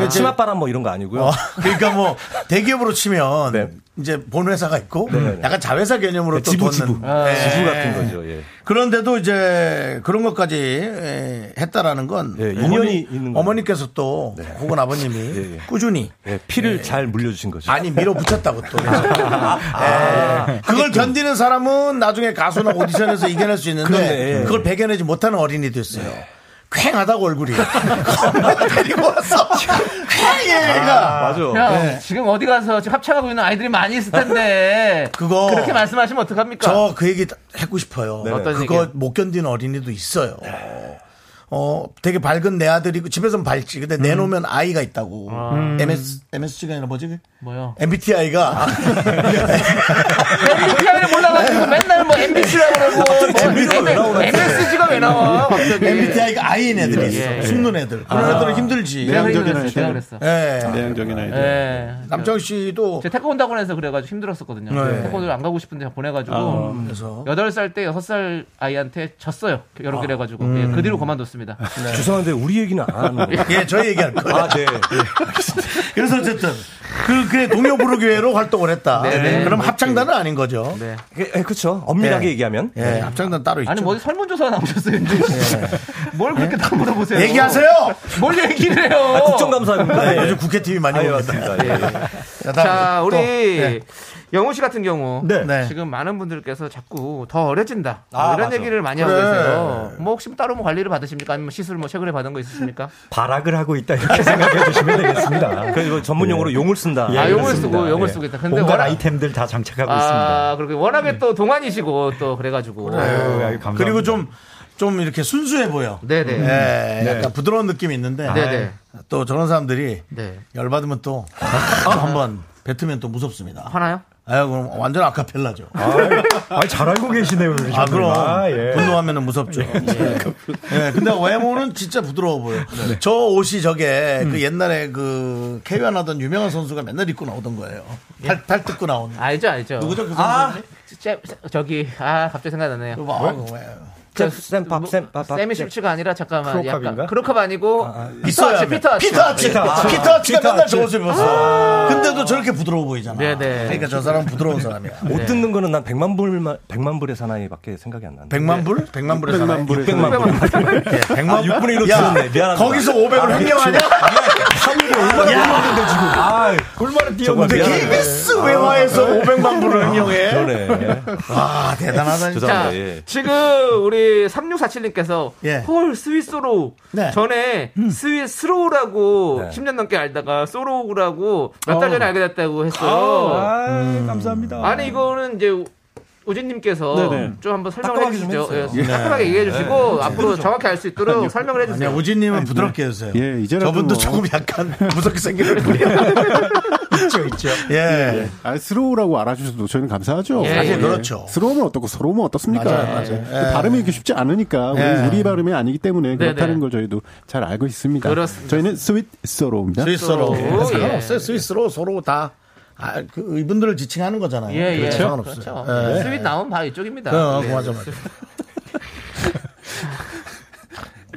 S6: 치맛바람 뭐 이런 거 아니고요.
S1: 어, 그러니까 뭐 대기업으로 치면
S6: 네.
S1: 이제 본 회사가 있고
S6: 네.
S1: 약간 자회사 개념으로 또
S6: 지부
S1: 돕는
S6: 지부 아,
S1: 예.
S6: 지부 같은 거죠. 예.
S1: 그런데도 이제 그런 것까지 에, 했다라는 건
S6: 예,
S1: 어머니-
S6: 인연이 있는 거죠. 네.
S1: 어머니께서 또 혹은 아버님이
S6: 예, 예.
S1: 꾸준히
S6: 예, 피를 잘 물려주신 거죠.
S1: 아니 밀어붙였다고 또 그래서. 예. 그걸 견디는 사람은 나중에 가수나 오디션에서 이겨낼 수 있는데
S6: 그러네.
S1: 그걸 배겨내지 못하는 어린이도 있어요. 쾌하다고 얼굴이 (laughs) 데리고 와서 쾌해 얘가
S6: 맞아.
S2: 형, 지금 어디 가서 지금 합창하고 있는 아이들이 많이 있을 텐데.
S1: 그거- 어.
S2: 그렇게 말씀하시면 어떡합니까?
S1: 저 그 얘기 하고 네. 싶어요.
S2: 어떤
S1: 그거
S2: 얘기요?
S1: 못 견디는 어린이도 있어요. 어, 되게 밝은 내 아들이고 집에서는 밝지. 근데 내놓으면 음. 아이가 있다고. 음. MS, MSG가 아니라 뭐지?
S2: 뭐요?
S1: MBTI가.
S2: MBTI를 몰라가지고 맨날 뭐 MBC라고 그러고 뭐 MSG가 왜 나와? 갑자기.
S1: MBTI가 아이인 애들이 있어.
S2: 예, 예.
S1: 숨는 애들. 그런 애들은 힘들지.
S2: 내가
S1: 예.
S8: 내향적인
S2: 그랬어.
S8: 아이들.
S2: 제가 그랬어.
S8: 내향적인 아이들.
S2: 예.
S1: 남정 씨도
S2: 제가 태권도학원에서 그래가지고 힘들었었거든요.
S1: 네.
S2: 태권도를 안 가고 싶은데 보내가지고 음,
S1: 그래서
S2: 여덟 살 때 여섯 살 아이한테 졌어요. 여러 개를 해가지고 예, 그 뒤로 그만뒀습니다.
S6: 네. 죄송한데 우리 얘기는 안 하는 거예요.
S1: 예, 저희 얘기할 거예요.
S6: 아, 네.
S1: 그래서 어쨌든 그, 그의 동요 부르기회로 활동을 했다.
S2: 네, 네.
S1: 그럼 합창단은 아닌 거죠.
S2: 네.
S6: 그렇죠. 엄밀하게
S1: 네.
S6: 얘기하면.
S1: 예, 합창단 따로 있죠.
S2: 아니 뭐 어디 설문조사 나오셨어요? 근데. (laughs) 뭘 그렇게 다 물어보세요?
S1: 얘기하세요!
S2: 뭘 얘기를 해요?
S6: 국정감사입니다. 예.
S1: 요즘 국회 TV 많이
S6: 아예
S1: 봅니다.
S6: 맞습니다. 예.
S1: 자, 다음
S2: 네. 자
S1: 또.
S2: 우리
S1: 네.
S2: 영호 씨 같은 경우
S1: 네. 네.
S2: 지금 많은 분들께서 자꾸 더 어려진다 뭐
S6: 아,
S2: 이런
S6: 맞아.
S2: 얘기를 많이 하고
S1: 그래.
S2: 계세요. 뭐 혹시 따로 뭐 관리를 받으십니까? 아니면 시술 뭐 최근에 받은 거 있으십니까?
S7: 발악을 하고 있다 이렇게 생각해 주시면 되겠습니다.
S6: 그래서 전문 용어로 용을 쓴다.
S7: 예,
S2: 아 용을
S7: 그렇습니다.
S2: 쓰고 용을
S7: 예.
S2: 쓰고 있다. 근데
S7: 온갖
S2: 워낙-
S7: 아이템들 다 장착하고 있습니다.
S2: 아 그렇게 워낙에 또 동안이시고 또 그래가지고
S7: 아유, 아유, 감사합니다.
S1: 그리고 좀, 좀 이렇게 순수해 보여.
S2: 네, 네네
S1: 예, 약간 부드러운 느낌이 있는데.
S2: 네네
S1: 또 저런 사람들이
S2: 네
S1: 열받으면
S2: (laughs)
S1: 또, 또 한번 뱉으면 또 무섭습니다.
S2: 화나요?
S1: 아유, 그럼 완전 아카펠라죠. 아,
S6: 예.
S7: 아, 잘 알고 계시네요. 우리 형님.
S1: 그럼.
S7: 아, 예.
S1: 분노하면 무섭죠. 예. 예, 근데 외모는 진짜 부드러워 보여. 저 옷이 저게 그 옛날에 그 K1 하던 유명한 선수가 맨날 입고 나오던 거예요. 팔, 팔 뜯고 나온.
S2: 아, 알죠 알죠.
S1: 누구죠, 그
S2: 아,
S1: 선수님?
S2: 제- 저기 아 갑자기 생각나네요.
S1: 뭐, 아이고, 왜.
S2: 저-
S6: 쌤밥,
S2: 뭐,
S6: 쌤밥, 밥.
S2: 쌤이 실츠가 아니라 잠깐만
S7: 크로캅인가?
S2: 약간 크로캅 아니고
S1: 있어야
S2: 피터 아치
S1: 피터 아치 피터
S7: 아치.
S1: 아치 피터 아치가
S7: 피터
S1: 맨날
S7: 아치.
S1: 저 옷을 입었어 근데도 저렇게 부드러워 보이잖아
S2: 네네.
S1: 그러니까 저 사람은 부드러운 사람이야
S6: 옷 듣는 거는 난 100만 불만 100만 불의 사나이밖에 생각이 안 나는데.
S1: 100만 불? 100만 네. 불에 사나
S6: 600만 불. 아,
S1: 100만 불?
S6: 6분의 1로
S1: 야,
S6: 줄였네. 미안합니다.
S1: 거기서 500을 횡령하냐?
S6: 확률이 얼마나 올랐는데 지금. 아, 얼마나
S1: 근데 KBS 외화에서 500만 불을
S6: 예.
S1: 횡령해
S6: 그러네.
S1: 아 대단하다 진짜
S6: 죄송합니다.
S2: 자,
S6: 예.
S2: 지금 우리 3647님께서
S1: 예.
S2: 홀 스위스로
S1: 네.
S2: 전에
S6: 네.
S2: 스위스로우라고 10년 넘게 알다가 소로우라고 몇 달 전에 알게 됐다고 했어요.
S7: 아, 감사합니다.
S2: 아. 니 이거는 이제 우진님께서
S8: 네네.
S2: 좀 한번 설명을
S6: 따끔하게 좀
S2: 해주시죠.
S6: 해주세요.
S2: 예, 따끔하게 얘기해주시고 앞으로 정확히 알 수 있도록 설명을 해주세요.
S1: 아니야 우진님은 부드럽게 해주세요
S8: 예, 이제라도
S1: 저분도
S8: 뭐.
S1: 조금 약간 (laughs) 무섭게 생기는 분이야
S8: (laughs)
S1: 있죠 있죠 예
S8: 아, 스로우라고 알아주셔도 저희는 감사하죠.
S2: 예,
S1: 사실
S2: 예.
S1: 그렇죠.
S8: 스로우면 어떻고 서로우면 어떻습니까?
S1: 맞아요, 맞아요.
S8: 근데
S1: 예.
S8: 발음이 이렇게 쉽지 않으니까 우리,
S1: 예.
S8: 우리 발음이 아니기 때문에 그렇다는
S2: 네.
S8: 걸 저희도 잘 알고 있습니다.
S2: 그렇습니다.
S8: 저희는 스윗 스로우입니다.
S1: 스위스로
S2: 예.
S1: 상관없어요 스위스로 서로 다 아, 그 이분들을 지칭하는 거잖아요
S2: 예, 예.
S1: 그렇죠?
S2: 그렇죠.
S1: 상관없어요 예.
S2: 스윗 나오면 바로 이쪽입니다.
S1: 어,
S2: 네.
S1: 맞아, 맞아.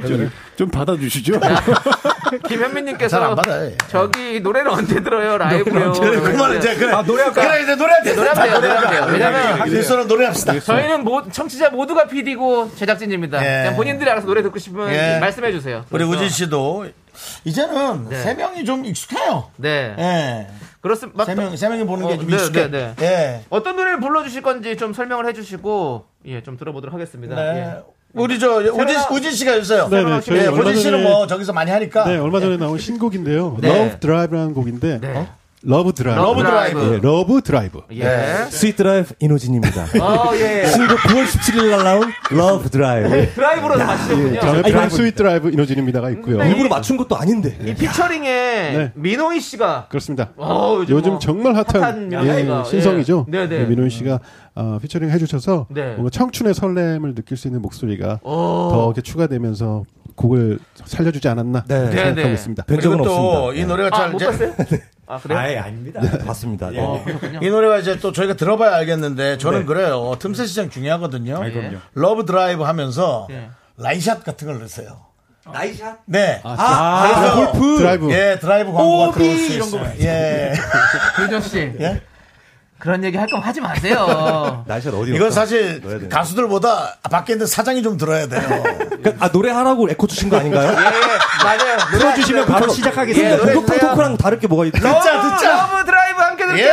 S8: 좀, 좀
S2: (laughs)
S8: 받아주시죠.
S1: 잘 안
S2: (laughs) 김현민님께서
S1: 받아요. 예.
S2: 저기 노래를 언제 들어요? 라이브요.
S1: 그만해, 이제 그래. 노래할까? 그래, 이제 그러니까 노래할 때.
S2: 노래하면 돼요, 노래하면 돼요.
S1: 예.
S2: 왜냐면
S1: 네, 뉴스로 노래합시다.
S2: 저희는 모, 청취자 모두가 PD고 제작진입니다.
S1: 예.
S2: 그냥 본인들이 알아서 노래 듣고 싶으면
S1: 예.
S2: 말씀해 주세요.
S1: 우리
S2: 그래서-
S1: 우진 씨도 이제는
S2: 네.
S1: 세 명이 좀 익숙해요.
S2: 네.
S1: 예.
S2: 그렇습니다.
S1: 세 명, 세 명이 보는
S2: 어,
S1: 게 좀
S2: 네,
S1: 익숙해.
S2: 네,
S1: 예.
S2: 어떤 노래를 불러주실 건지 좀 설명을 해주시고 예, 좀 들어보도록 하겠습니다.
S1: 네.
S2: 예.
S1: 우리 저 우진
S2: 새로운-
S1: 우진 씨가 있어요.
S8: 네, 네, 저희
S1: 예,
S8: 얼마
S1: 우진 씨는
S8: 전에-
S1: 뭐 저기서 많이 하니까.
S8: 네, 얼마 전에 나온 신곡인데요.
S2: 네.
S8: 러브 드라이브라는 곡인데
S2: 네.
S8: 어? 러브 드라이브.
S2: 러브
S8: 예,
S2: 드라이브.
S8: 러브 드라이브.
S2: 예.
S1: 네.
S6: 스윗 드라이브 이노진입니다.
S2: 어, 예.
S6: 신곡 9월 17일 날 나온 러브 드라이브.
S2: 드라이브로
S8: 예,
S2: 가시는군요.
S8: 전에
S6: 드라이브입니다.
S8: 프랑스위 드라이브 이노진입니다가 있고요.
S2: 네.
S6: 일부러 맞춘 것도 아닌데.
S2: 이 피처링에 민호이 씨가
S8: 네. 그렇습니다.
S2: 어, 요즘,
S8: 요즘
S2: 뭐
S8: 정말 핫한,
S2: 핫한 명예가,
S8: 예, 신성이죠.
S2: 예. 네네.
S8: 네, 민호인 씨가 어, 피처링 해주셔서
S2: 네.
S8: 뭔가 청춘의 설렘을 느낄 수 있는 목소리가
S2: 어.
S8: 더 이렇게 추가되면서 곡을 살려주지 않았나
S6: 네.
S8: 생각하고
S2: 네네.
S8: 있습니다. 네.
S6: 변적은
S1: 그리고 또
S6: 없습니다. 네.
S1: 이 노래가
S2: 아,
S1: 잘
S2: 못
S1: 이제-
S2: 봤어요? 아, 그래요?
S9: 아예 아닙니다.
S6: 맞습니다. 네.
S2: 어, 그렇군요.
S1: 이 노래가 이제 또 저희가 들어봐야 알겠는데 저는 그래요. 어, 틈새 시장 중요하거든요.
S9: 아이, 그럼요.
S1: 러브 드라이브 하면서
S2: 예.
S1: 라이샷 같은 걸 넣으세요.
S6: (laughs) 나이샷.
S1: 네.
S6: 아,
S1: 그래서-
S6: 골프.
S8: 드라이브.
S1: 예, 드라이브 광고가
S6: 오비
S1: 들어올 수
S6: 이런
S1: 있어요. 예.
S2: 조정 아, 씨.
S1: 예?
S2: 그런 얘기 할 거면 하지 (laughs) 마세요.
S6: 나이샷 어디
S1: (laughs) 이건
S6: 넣을까?
S1: 사실
S6: 넣어야 되나?
S1: 가수들보다 밖에 있는 사장이 좀 들어야 돼요.
S6: 그, 아 노래하라고 에코 주신 거 (laughs) 아닌가요?
S2: 예, 맞아요.
S6: (laughs) 틀어주시면 바로
S2: 예,
S6: 시작하겠습니다.
S2: 노래
S6: 공격통
S2: 주세요.
S6: 토크랑 다를 게 뭐가 있죠?
S1: 듣자, 듣자.
S2: 러브 드라이브 함께
S1: 예!
S2: 들게요.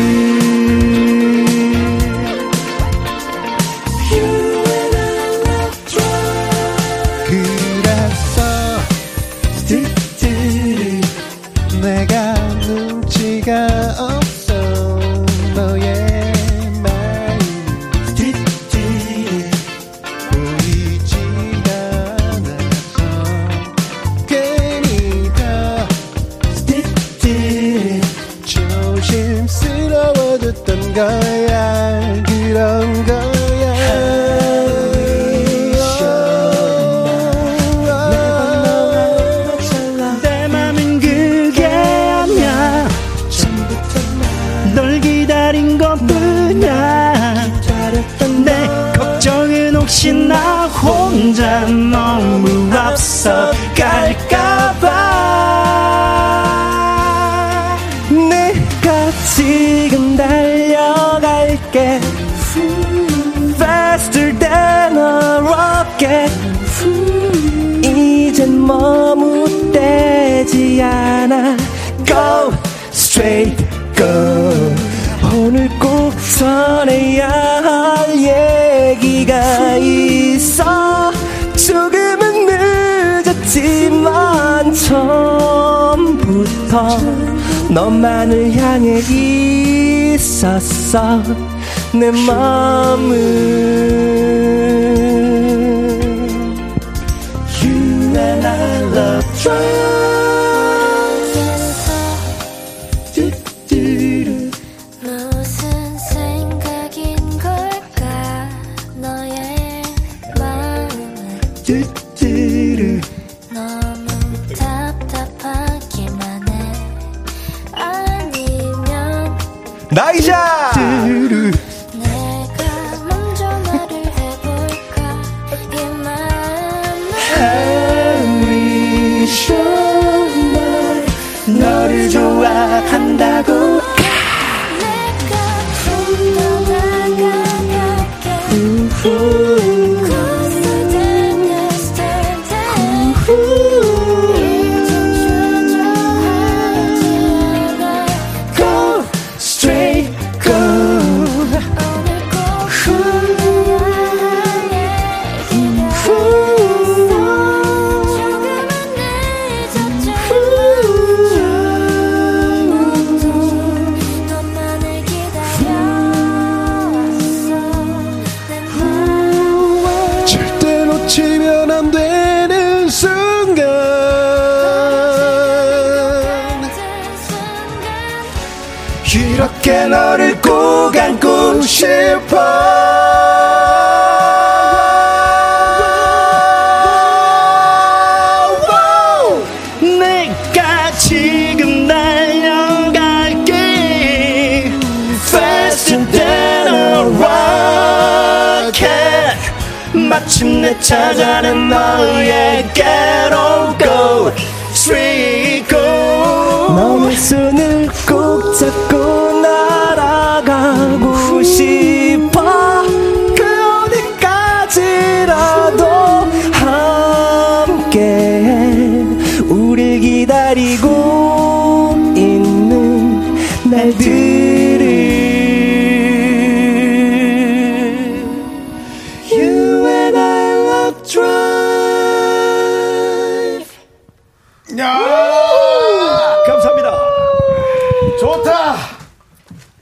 S10: 무슨 생각인 걸까 너의 마음은 너무 답답하기만 해 아니면 내가 먼저 말을 해볼까 이 마음은 내가 좀더 다가갈게 Closer than yesterday 이젠 주저하지 않아
S11: Go straight go
S10: 오늘 꼭 만나요 이렇게 너를 꼭 안고 싶어 내가 지금 달려갈게 Faster than a rocket 마침내 찾아낸 너에게로 go Sweet go 너의 손을 꼭 잡고 날아가고 싶어 그 어디까지라도 함께 우릴 기다리고 있는 날들을 You and I love drive.
S7: 감사합니다.
S1: 좋다.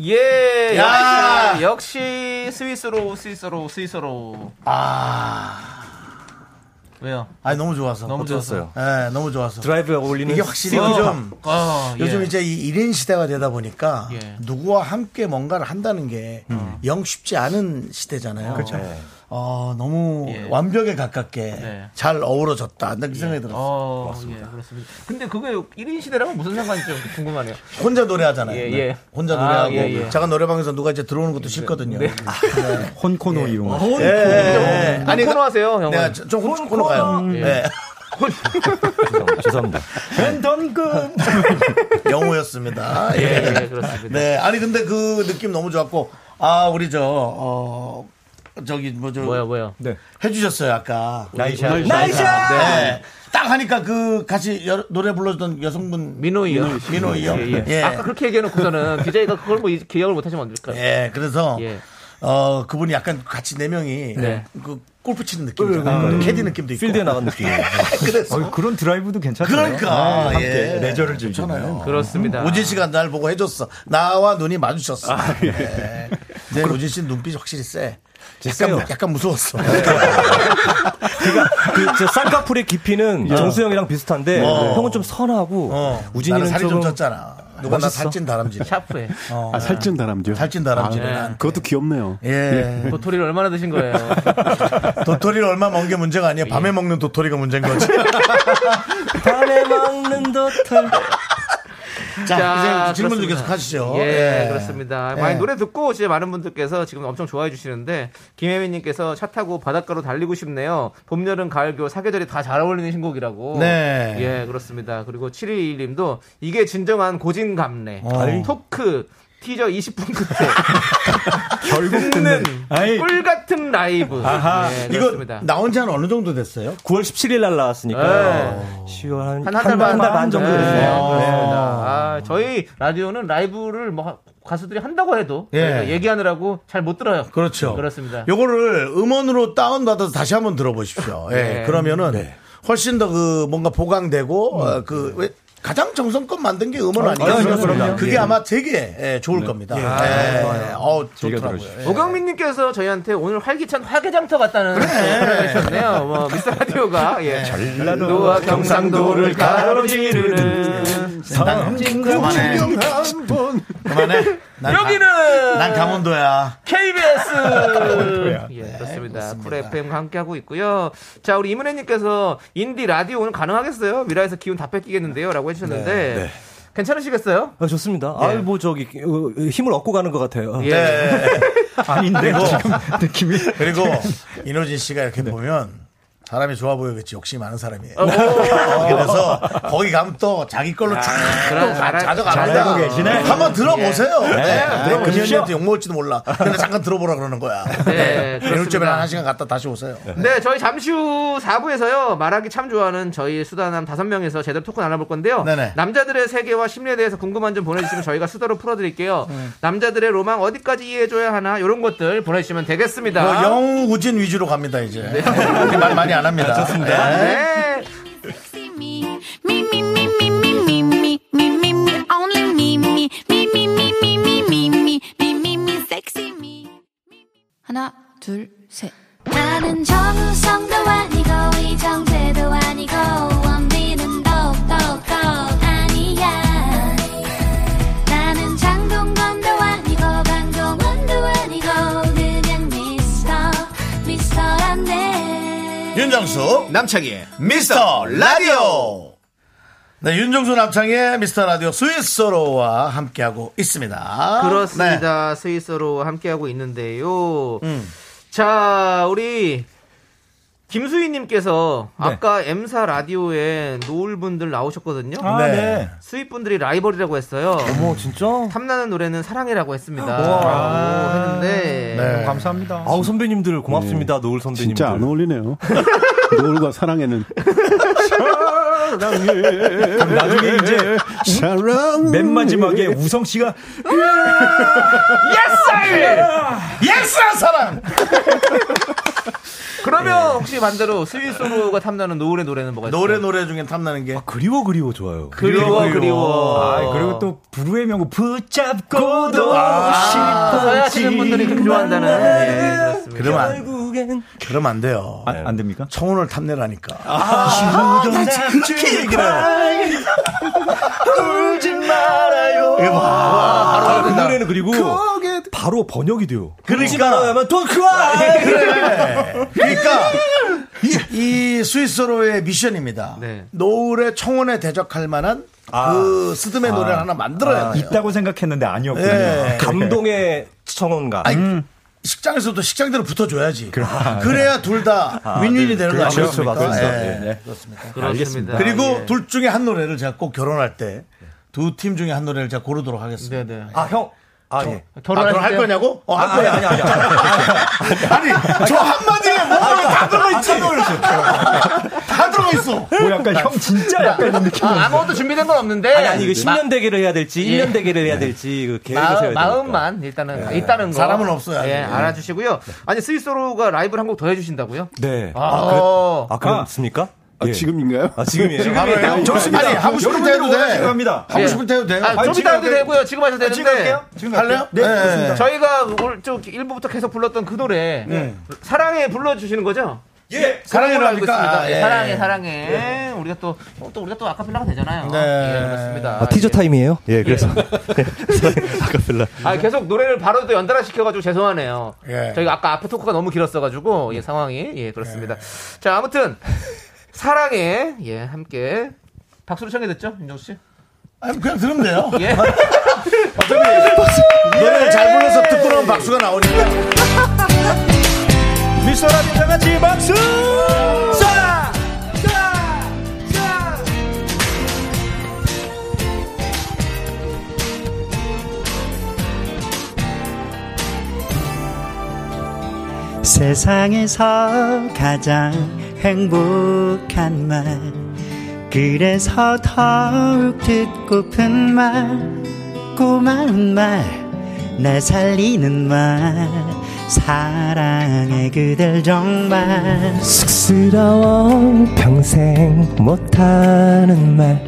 S2: 예,
S1: 야.
S2: 역시, 역시 스위스로, 스위스로, 스위스로.
S8: 아.
S2: 왜요?
S1: 아니 너무 좋아서.
S2: 너무 좋았어요.
S1: 예, 너무 좋아서.
S6: 드라이브에 어울리는
S1: 이게 확실히 좀
S2: 아, 예.
S1: 요즘 이제 이 1인 시대가 되다 보니까
S2: 예. 음.
S1: 누구와 함께 뭔가를 한다는 게 영 쉽지 않은 시대잖아요.
S6: 네.
S1: 어, 너무
S2: 예.
S1: 완벽에 가깝게
S2: 네.
S1: 잘 어우러졌다. 이 생각이 들었어요.
S2: 어, 예, 그렇습니다. 근데 그게 1인 시대랑은 무슨 상관인지 궁금하네요.
S1: 혼자 노래하잖아요.
S2: 예,
S1: 네.
S2: 예.
S1: 혼자
S2: 아,
S1: 노래하고
S2: 예, 예.
S1: 제가 노래방에서 누가 이제 들어오는 것도 싫거든요.
S2: 네.
S7: 혼코노 이용.
S6: 아,
S1: 예, 예,
S8: 네.
S1: 예.
S2: 아니, 어, 코너
S1: 그-
S2: 하세요, 형은.
S1: 내가 저- 좀 혼자 코너 가요.
S2: 예.
S1: 예.
S6: 죄송합니다.
S7: 랜덤금.
S1: (laughs) 영호였습니다. 예.
S2: 예, 예, 그렇습니다.
S1: 네, 아니 근데 그 느낌 너무 좋았고 아 우리 저 어, 저기 뭐저
S2: 뭐야, 뭐야.
S1: 해주셨어요 아까
S2: 네. 나이샤.
S1: 우리- 나이샤. 네. 딱 하니까 그 같이 여- 노래 불러주던 여성분
S2: 민호이요.
S1: 민호이요.
S2: 예, 예.
S1: 예.
S2: 아까 그렇게 얘기해놓고서는 DJ가 그걸 뭐 이- 기억을 못하시면 안 될까요?
S1: 예, 그래서
S2: 예.
S1: 어 그분이 약간 같이 네 명이
S2: 네.
S1: 그 골프 치는 느낌이잖아요. 캐디 느낌도 있고.
S6: 필드에 나간 느낌.
S1: (laughs) 그래서
S7: 아, 그런 드라이브도 괜찮아요.
S1: 그러니까 예.
S7: 레저를 즐기잖아요.
S2: 그렇습니다.
S1: 오진 씨가 날 보고 해줬어. 나와 눈이 마주쳤어.
S2: 아, 예.
S1: 네. 근데 오진 씨 눈빛이 확실히 세. 약간,
S6: 세요.
S1: 약간 무서웠어.
S2: 네.
S6: 그러니까 그저 쌍꺼풀의 깊이는 정수영이랑 비슷한데
S1: 어.
S6: 형은 좀 선하고
S1: 어.
S6: 우진이는
S1: 나는 살이 좀
S6: 조금
S1: 쪘잖아. 누가 나
S6: 멋있어.
S1: 살찐 다람쥐.
S2: 샤프에.
S1: 어.
S8: 아, 살찐 다람쥐요.
S1: 살찐 다람쥐.
S2: 네.
S8: 아,
S1: 난.
S8: 그것도 귀엽네요.
S1: 예.
S2: 도토리를 얼마나 드신 거예요?
S1: 도토리를 얼마 먹은 게 문제가 아니야.
S2: 예.
S1: 밤에 먹는 도토리가 문제인 거지.
S6: 밤에 먹는 (laughs) 도털.
S2: (laughs)
S1: 자,
S2: 자,
S1: 이제 아, 질문
S2: 그렇습니다.
S1: 계속 하시죠.
S2: 예, 그렇습니다. 많이
S1: 예.
S2: 노래 듣고 진짜 많은 분들께서 지금 엄청 좋아해 주시는데 김혜민님께서 차 타고 바닷가로 달리고 싶네요. 봄, 여름, 가을, 겨울 사계절이 다 잘 어울리는 신곡이라고.
S1: 네.
S2: 예, 그렇습니다. 그리고 721님도 이게 진정한 고진감래.
S1: 어.
S2: 토크 티저 20분 끝에 결국 듣는
S7: 아이.
S2: 꿀 같은 라이브.
S7: 아하.
S2: 예,
S1: 이거
S2: 그렇습니다.
S1: 나온 지 한 어느 정도 됐어요?
S6: 9월 17일 날 나왔으니까
S2: 네.
S6: 10월
S2: 한 한 달 반,
S6: 한달 반 정도
S2: 네,
S6: 됐네요.
S2: 그렇습니다. 아, 저희 라디오는 라이브를 뭐 하- 가수들이 한다고 해도
S1: 예.
S2: 저희가 얘기하느라고 잘 못 들어요.
S1: 그렇죠.
S2: 그렇습니다.
S1: 요거를 음원으로 다운받아서 다시 한번 들어보십시오.
S2: (laughs)
S1: 예.
S2: 네.
S1: 그러면은 훨씬 더 그 뭔가 보강되고 어, 그 왜, 가장 정성껏 만든 게 음원 아니겠어요?
S7: 음. 그럼요, 그럼요. 네.
S1: 그게 아마 되게 예, 좋을 겁니다.
S7: 아,
S1: 예. 어, 좋더라고요. 예.
S2: 네. 오경민님께서 저희한테 오늘 활기찬 화개장터 같다는 소문을 해주셨네요. 뭐 미스 라디오가 예. 전라도와 경상도를 가로지르는
S1: 예. 난 그만해. 그만해. 난 가-
S2: 여기는
S1: 난 강원도야.
S2: KBS. 예, 그렇습니다.
S1: 그렇습니다.
S2: 쿨 FM과 함께하고 있고요. 자, 우리 이문혜님께서 인디 라디오 오늘 가능하겠어요? 미라에서 기운 다 뺏기겠는데요라고 해주셨는데 괜찮으시겠어요?
S6: 아, 좋습니다.
S7: 네.
S6: 아유, 뭐, 저기, 어, 힘을 얻고 가는 것 같아요.
S2: 예.
S1: 네.
S7: 아닌데
S1: 그리고-
S7: 지금 느낌이. (laughs) 네.
S1: 그리고 이노진 씨가 이렇게 보면 사람이 좋아 보이겠지 욕심이 많은 사람이에요.
S2: 오,
S1: (laughs) 그래서 거기 가면 또 자기 걸로
S2: 그럼 잘-
S1: 자져갑니다.
S2: 잘 알고 계시네.
S1: 한번 들어보세요. 네.
S2: 들어보십시오.
S1: 금연이한테 욕먹을지도 몰라. 근데 잠깐 들어보라 그러는 거야.
S2: 네, 그렇습니다.
S1: 일주일에 한 시간 갔다 다시 오세요.
S2: 네, 저희 잠시 후 4부에서요, 말하기 참 좋아하는 저희 수다남 5명에서 제대로 토크 나눠볼 건데요.
S1: 네네.
S2: 남자들의 세계와 심리에 대해서 궁금한 점 보내주시면 저희가 수다로 풀어드릴게요. 남자들의 로망 어디까지 이해해줘야 하나, 이런 것들 보내주시면 되겠습니다.
S1: 뭐 영우진 위주로 갑니다 이제. 우리 말 많이 안 합니다.
S2: 아,
S1: 네.
S2: 네.
S4: Sexy me, me, me, me, me, me, me, me, me, me, me, only me, me, me, me, me, me, me, me, me, me, me, me, sexy me.
S12: 하나, 둘, 셋.
S4: 나는 정우성도 아니고 이정재도 아니고 원빈은 더욱더 아니야 나는 장동건도 아니고
S2: 네.
S1: 윤정수
S3: 남창희의 미스터 라디오
S1: 네, 윤정수 남창의 미스터 라디오 스위스로와 함께하고 있습니다. 네.
S2: 그렇습니다. 스위스로 함께하고 있는데요. 자, 우리 김수희님께서
S1: 네.
S2: 아까 M사 라디오에 노을분들 나오셨거든요.
S1: 아, 네. 네.
S2: 수입분들이 라이벌이라고 했어요.
S6: 어머, 진짜?
S2: 탐나는 노래는 사랑이라고 했습니다.
S6: 우와.
S2: 라고 했는데.
S6: 네.
S7: 감사합니다.
S6: 아우 선배님들 고맙습니다.
S7: 네.
S6: 노을 선배님들. 네.
S8: 진짜 안 어울리네요. 노을과
S6: (laughs)
S8: 사랑에는
S7: 그럼 나중에 이제
S6: 네.
S8: 사랑
S7: 맨 마지막에 우성 씨가
S2: 예스! 아이!
S1: 예스한 사람!
S2: 그러면 혹시 반대로 스위스로가 탐나는 노을의 노래는 뭐가 있어요?
S1: 노래 노래 중에 탐나는
S2: 아,
S1: 게
S6: 그리워 그리워 좋아요.
S2: 그리워, 그리워.
S7: 아, 그리고 또 부르의 명곡 붙잡고도 아,
S6: 아.
S2: 서야
S7: 싶어.
S2: 하시는 아, 분들이 그렇게 좋아한다는. 네, 그렇습니다.
S1: 그러면 안, 그러면 안 돼요.
S7: 안, 안 됩니까?
S1: 청혼을 탐내라니까.
S7: 그렇게
S1: 얘기를 해요.
S7: 울지 말아요.
S1: 이거 봐.
S6: 아, 그 노래는 그리고 바로 번역이 돼요.
S1: 그러니까. 그래. 그러니까 이, 이 스위스로의 미션입니다.
S2: 네.
S1: 노을의 청혼에 대적할 만한 그 스드메 노래를 하나
S6: 아,
S1: 만들어야 돼요.
S7: 아, 있다고 생각했는데 아니었군요.
S1: 예.
S6: 네. 감동의 청원가.
S1: 아니, 식장에서도 식장대로 붙어줘야지. 그래야 둘 다 윈윈이 되는 거
S6: 그렇죠,
S1: 아니겠습니까?
S6: 맞습니다.
S1: 예.
S6: 네.
S1: 그렇습니다.
S2: 그렇습니다.
S1: 그리고
S2: 예.
S1: 둘 중에 한 노래를 제가 꼭 결혼할 때 두 팀 중에 한 노래를 제가 고르도록 하겠습니다.
S2: 네네.
S6: 아 형. 아 예.
S1: 아, 결혼할 거냐고? 어, 할 거야. 아니, 아니, 아, 저 한마디에 뭐가 다 들어가 있지? 다 들어가 있어.
S7: 뭐 약간 형 진짜 약간 이런 느낌.
S2: 아, 아무것도 준비된 건 없는데.
S6: 아니 아니 그 10년 대계를 해야 될지 1년 대계를 해야 될지 그 계획을 세워야
S2: 예. 마음,
S6: 되니까. 네.
S2: 마음만 일단은 있다는 거.
S1: 사람은 네. 없어요, 아직.
S2: 예, 알아주시고요. 아니 스위스로가 라이브를 한 곡 더 해주신다고요?
S6: 네.
S2: 아,
S6: 아,
S1: 그,
S2: 어.
S6: 그렇습니까?
S8: 아,
S6: 예.
S8: 지금인가요?
S6: 아 지금이에요.
S1: 바로예요. 좋습니다. 아니, 하고 싶을 때 해도
S7: 여러분들이 원하시는
S1: 돼.
S7: 겁니다.
S1: 하고
S2: 예.
S1: 싶을 때 해도 돼요.
S2: 아, 좀 이따 해도 되고요. 지금 하셔도
S1: 아,
S2: 되는데.
S7: 지금 할게요. 지금
S1: 할래요?
S7: 할게요. 네.
S1: 좋습니다.
S2: 저희가 오늘 좀 일부부터 계속 불렀던 그 노래 사랑해 불러주시는 거죠?
S1: 네. 예. 사랑해라
S2: 알고 있습니다.
S1: 합니까?
S2: 예,
S1: 예.
S2: 사랑해 사랑해. 우리가 또, 어, 또 우리가 또 아카펠라가 되잖아요.
S1: 네.
S2: 예, 그렇습니다.
S6: 아, 티저
S2: 예.
S6: 타임이에요? 예, 그래서 아카펠라.
S2: 아 계속 노래를 바로 또 연달아 시켜가지고 죄송하네요.
S1: 예. 음.
S2: 저희가 아까 앞에 토크가 너무 길었어가지고 예 상황이 예 그렇습니다. 자 아무튼 사랑해 예 함께 박수로 청해 듣죠 윤정수 씨.
S1: 아, 그냥 들으면 돼요. (laughs)
S2: 예.
S1: 네. 노래를 잘 불러서 듣고는 박수가 나오니까.
S7: 미소라디 다 같이 박수!
S5: 세상에서 가장 행복한 말 그래서 더욱 듣고픈 말 고마운 말 날 살리는 말 사랑해 그댈 정말
S6: 쑥스러워 평생 못하는 말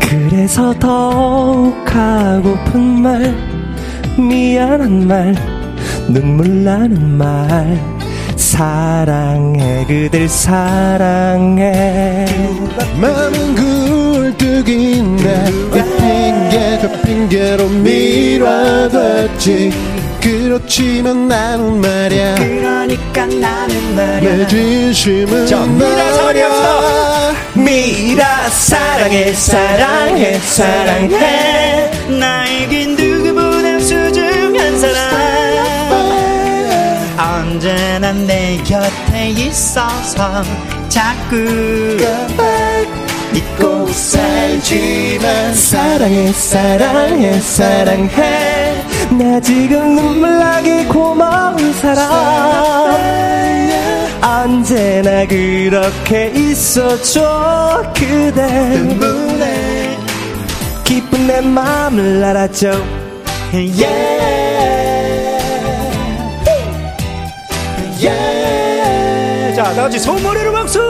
S6: 그래서 더욱 하고픈 말 미안한 말 눈물 나는 말 사랑해 그댈 사랑해
S8: 마음은 굴뚝인데 왜 핑계로 핑계로 밀어뒀지 그렇지만 나는 말야
S5: 그러니까 나는 말야
S8: 내 진심은 너야
S6: 미라 사랑해 사랑해 사랑해
S5: 나에겐 누구보다 소중한 사람 언제나 내 곁에 있어서 자꾸 믿고 살지만
S6: 사랑해 사랑해 사랑해 나 지금 눈물 나게 고마운 사람 언제나 그렇게 있어줘 그대
S8: 눈물에
S6: 기쁜 내 마음을 알아줘
S7: 예! 자, 다 같이 손머리로 박수!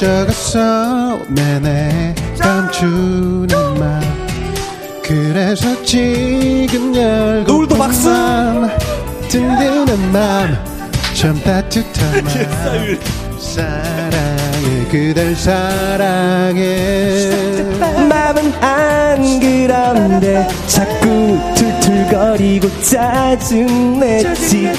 S8: 저가서 내내 감추는 말 그래서 지금 열고
S6: 노을도 박수!
S8: 든든한 맘 참
S7: (laughs)
S8: 따뜻한
S7: 예.
S8: 마음 사랑해 그댈 사랑해
S10: 마음은 안 그런데 자꾸 툴툴거리고 짜증냈지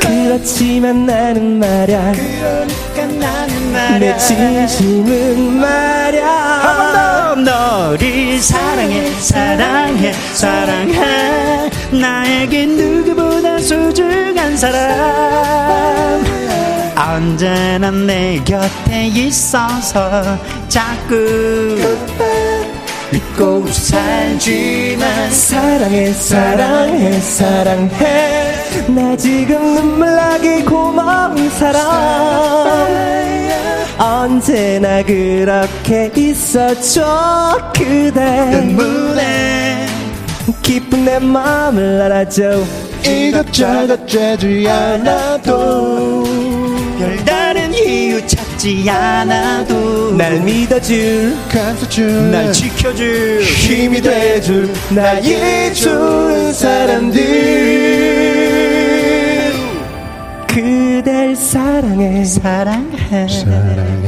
S10: 그렇지만 나는 말야
S5: 그러니까 나는 말야
S10: 내 진심은 말야
S5: 한번더 너를 사랑해 사랑해 사랑해 나에겐 누구보다 소중한 사람 언제나 내 곁에 있어서 자꾸 믿고 살지만
S10: 사랑해 사랑해 사랑해 나 지금 눈물 나게 고마운 사람 언제나 그렇게 있어줘 그대
S5: 때문에
S10: 기쁜 내 마음을 알아줘
S8: 이것저것 죄지 않아도
S5: 별다른 이유 찾지 않아도
S10: 날 믿어줄
S8: 감싸줄
S5: 날 지켜줄
S8: 힘이 돼줄
S10: 나의 좋은 사람들 그댈 사랑해
S5: 사랑해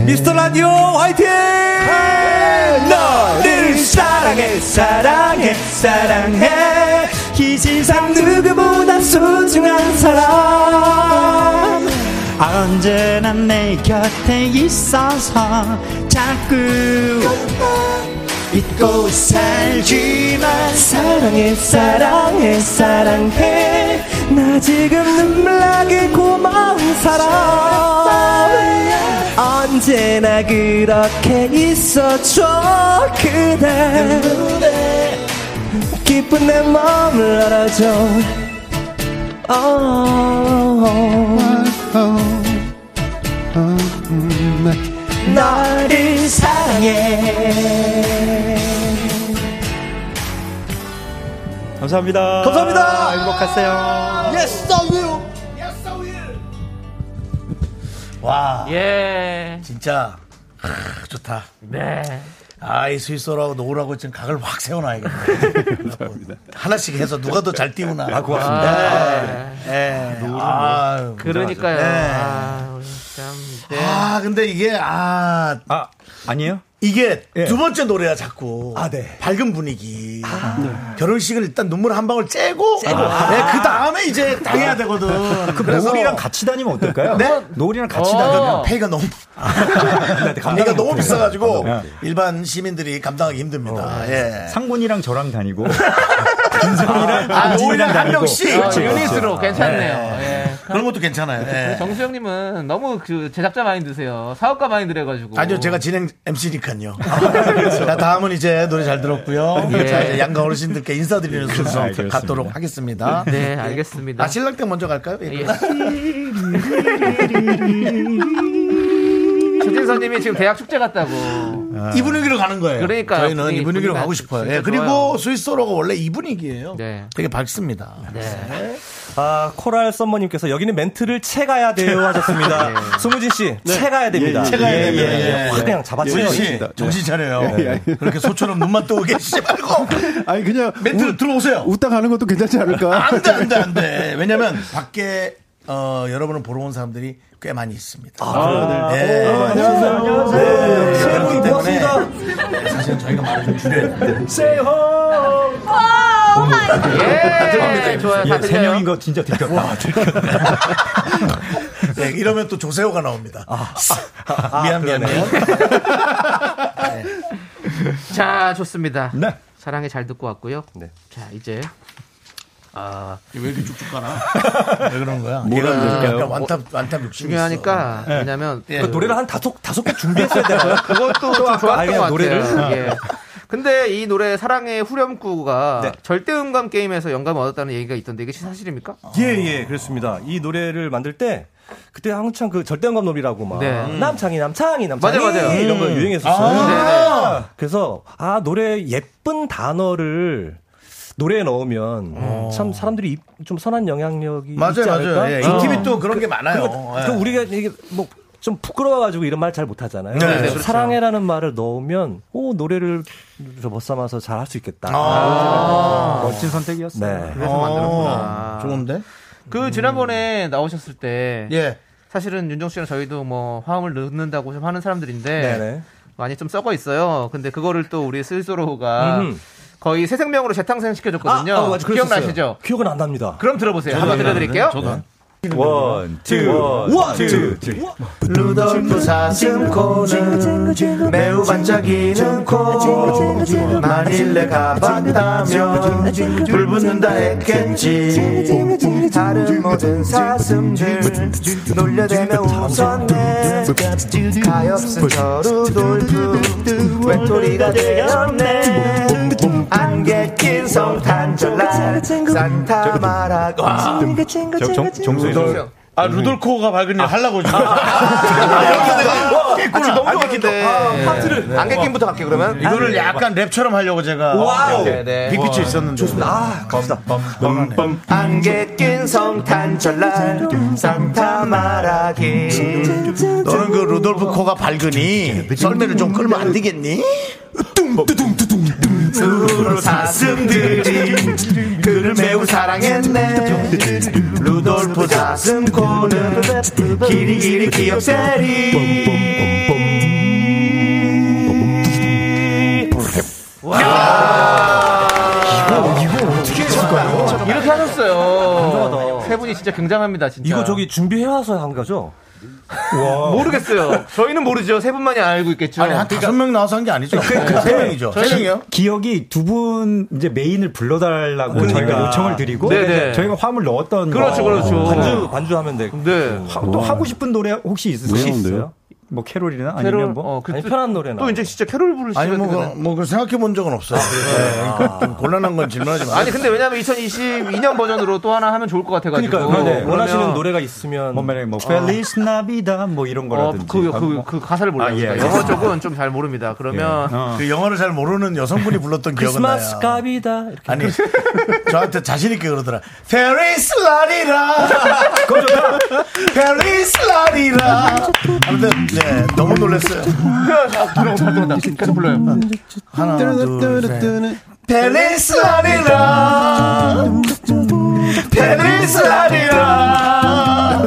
S10: 미스터 라디오 화이팅
S1: 예.
S10: 너를 사랑해 사랑해 사랑해 이 세상 누구보다 소중한 아, 사람
S5: 언제나 내 곁에 있어서 자꾸 잊고 살지만
S10: 사랑해 사랑해 사랑해 나 지금 눈물 나게 고마운 사람 언제나 그렇게 있어줘 그대 기쁜 내 마음을 알아줘 어, 너를 사랑해
S1: 감사합니다.
S5: 감사합니다 행복하세요
S10: 예스 I will
S1: 와,
S2: 예.
S1: 진짜 아, 좋다.
S2: 네.
S1: 아이 스위스라고 노우라고 지금 각을 확 세워놔야겠네. 하나씩 해서 누가 더 잘 띄우나. 아,
S2: 고맙습니다.
S1: 예. 아,
S2: 그러니까요.
S1: 네.
S2: 아, 참. 네.
S1: 아, 근데 이게 아,
S7: 아 아니에요?
S1: 이게
S7: 예.
S1: 두 번째 노래야 자꾸.
S7: 아, 네. 아.
S1: 밝은 분위기. 네. 결혼식은 일단 눈물 한 방울 째고, 네, 그 다음에 이제 당해야 되거든.
S7: 그 노을이랑 같이
S8: (laughs)
S7: 다니면 어떨까요?
S1: 네?
S7: 노을이랑 같이
S2: 어.
S7: 다니면
S1: 페이가 너무
S7: 아. 감당이
S1: (laughs) 페이가 너무
S7: 못해요.
S1: 비싸가지고
S7: 네. 어.
S1: 일반 시민들이 감당하기 힘듭니다. 예.
S7: 상군이랑 저랑 다니고 김성이랑
S1: 아,
S7: 우진이랑
S1: 노을이랑 한
S7: 다니고.
S1: 명씩?
S7: 그렇죠,
S2: 아,
S7: 그렇죠.
S2: 유닛으로 괜찮네요. 예.
S1: 그런 것도 괜찮아요. 예.
S2: 정수영님은 너무 그 제작자 많이 드세요. 사업가 많이 드려가지고.
S1: 아니요, 제가 진행 MC니까요.
S7: 아, 그렇죠.
S1: 자, 다음은 이제 노래 잘 들었고요.
S2: 예.
S1: 자, 이제 양가 어르신들께 인사드리는 순서
S7: 네. 알겠습니다.
S1: 갖도록 하겠습니다.
S2: 네, 알겠습니다.
S1: 아, 신랑 때 먼저 갈까요? 예.
S2: 예. 조진서님이 지금 대학 축제 같다고. 아.
S1: 아. 이 분위기로 가는 거예요.
S2: 그러니까요.
S1: 저희는 이
S2: 분위기,
S1: 분위기로
S2: 분위기가
S1: 가고 싶어요.
S2: 진짜
S1: 예, 그리고
S2: 좋아요.
S1: 스위스로가 원래 이 분위기예요.
S2: 네.
S1: 되게 밝습니다. 네.
S6: 아, 코랄 썸머님께서 여기는 멘트를 채가야 돼요
S1: (laughs)
S6: 하셨습니다. 송우진 씨, 채가야 됩니다.
S1: 예. 네. 채가야 됩니다. 예.
S6: 확 그냥
S1: 우리
S6: 잡아채요.
S1: 씨, 정신 차려요. 그렇게 소처럼 눈만 뜨고 계시지 (laughs) 말고
S8: 아니 그냥
S1: 멘트를 들어오세요.
S8: 웃다 가는 것도 괜찮지 않을까
S1: 안 돼, 안 돼, 안 돼. 왜냐면 밖에 어, 여러분을 보러 온 사람들이 꽤 많이 있습니다. 아, 네. 네. 안녕하세요. 네. 안녕하세요. 그렇기
S6: 예.
S1: 때문에 사실 저희가 말을 좀 줄여야 돼요.
S2: 예, 좋아요. 다
S7: 예, 세
S2: 들려요.
S7: 명인 거 진짜 들켰다.
S1: 네, 이러면 또 조세호가 나옵니다. 미안, 미안, 미안.
S2: 자, 좋습니다.
S7: 네.
S2: 사랑해 잘 듣고 왔고요.
S6: 네. 아,
S2: 자, 이제
S1: 왜 이렇게 쭉쭉 가나? 왜 그런 거야? 뭐가 약간 완탑, 완탑 욕심이
S2: 중요하니까 왜냐면
S1: 예.
S2: 그
S6: 노래를 한 다섯 다섯 곡 준비했어야 되나요?
S2: 아, 그것도 좀
S6: 아예
S2: 좋았던 것
S6: 노래를?
S2: 같아요. 예. 근데 이 노래 사랑의 후렴구가 절대음감 게임에서 영감을 얻었다는 얘기가 있던데 이게 사실입니까?
S6: 예, 예, 그렇습니다. 이 노래를 만들 때 그때 한창 그 절대음감 놀이라고 막
S2: 네.
S6: 남창이 남창이 남창이
S2: 맞아요, 맞아요.
S6: 이런 거
S2: 네,
S6: 유행했었어요. 그래서 아 노래 예쁜 단어를 노래에 넣으면 참 사람들이 입- 좀 선한 영향력이
S1: 어. 맞아요,
S6: 있지 않을까?
S1: 맞아요. 예,
S6: 어.
S1: 인팀이 또 그런 게 많아요.
S6: 그리고
S1: 예.
S6: 그 우리가 이게 뭐 좀 부끄러워가지고 이런 말 잘 못하잖아요.
S1: 네,
S6: 그래서
S1: 그렇죠.
S6: 사랑해라는 말을 넣으면 오 노래를 못 삼아서 잘 할 수 있겠다.
S1: 아,
S7: 멋진 선택이었어요.
S6: 네.
S2: 그래서 만들었구나.
S1: 좋은데?
S2: 그 지난번에 나오셨을 때
S1: 예.
S2: 사실은 윤종 씨랑 저희도 뭐 화음을 넣는다고 좀 하는 사람들인데
S6: 네네.
S2: 많이 좀 썩어 있어요. 근데 그거를 또 우리 스스로가
S6: 음흠.
S2: 거의 새 생명으로 재탕생 시켜줬거든요.
S6: 아, 아, 맞아. 그랬었어요.
S2: 기억나시죠?
S6: 기억은 안 납니다.
S2: 그럼 들어보세요. 한번 들려드릴게요. 네.
S6: 원,
S1: 어, 네.
S10: 루돌프 사슴코는 매우 반짝이는 코 만일내 가봤다면 불붙는다 했겠지 다른 모든 사슴들 놀려대며 웃었네 가엾은 저 루돌프 외톨이가 되었네 안개 낀 성탄절날 산타 말하고
S2: 네.
S1: 루돌- 아 루돌코가 밝은 일 하려고 지금.
S2: 깼구나. 아, 너무 좋았는데. 파트를. 안개낀부터 갈게요, 그러면.
S1: 이거를 약간 랩처럼 하려고 제가
S10: 와우.
S1: 네, 네. 빅피처 있었는데. 좋습니다.
S10: 아,
S1: 갑시다.
S10: 안개 낀 성탄절날 산타 말하기
S1: 너는 그 루돌프 코가 밝으니 썰매를 좀 끌면 안 되겠니?
S10: 두루 사슴들이 그를 매우 사랑했네 루돌프 사슴코는 길이 길이 기억세리
S2: 어떻게 했을까요? 이렇게 하셨어요. 세 분이 진짜 굉장합니다, 진짜.
S6: 이거 저기 준비해와서 한 거죠?
S2: 모르겠어요. 저희는 모르죠. 세 분만이 알고 있겠죠.
S1: 아니, 한 다섯 명 나와서 한 게
S10: 어,
S1: 아니죠.
S10: 그러니까.
S1: 세 명이죠. 세 명이요?
S7: 기억이 두 분 이제 메인을
S6: 어,
S7: 불러달라고
S1: 그러니까.
S7: 저희가 요청을 드리고
S6: 네네.
S7: 저희가 화음을 넣었던
S6: 그렇죠,
S7: 거.
S6: 그렇죠.
S7: 반주
S6: 반주, 반주하면 돼.
S2: 네.
S7: 또 하고 싶은 노래 혹시 있으세요?
S1: 혹시 있어요?
S7: 뭐 캐롤이나
S1: 캐롤,
S7: 아니면 뭐
S1: 어, 그- 아니, 편한 노래나. 또 이제
S2: 진짜 캐롤
S1: 아니 뭐뭐그 생각해 본 적은 없어요. 네, 좀 곤란한 건 질문하지 마.
S2: 아, 아니 근데 왜냐면 2022년 버전으로 또 하나 하면 좋을 것 같아가지고
S7: 네.
S2: 그러면-
S7: 있으면 뭐 만약에 뭐
S2: 아.
S7: Feliz Navidad 뭐 이런 거라든지
S2: 어, 그,
S6: 뭐
S2: 그, 그 가사를 몰라요.
S7: 아, 예,
S2: 그러니까 영어 쪽은 좀 잘 모릅니다. 그러면
S1: 그 영어를 잘 모르는 여성분이 불렀던 기억은 나요.
S6: 크리스마스 갑이다. 이렇게.
S1: 아니 저한테 자신 있게 그러더라. 페리스 라리라. 페리스 라리라. 아무튼 네 너무 놀랐어요.
S2: 계속 불러요.
S1: 하나 둘셋
S10: 페리스 아리라 페리스 아리라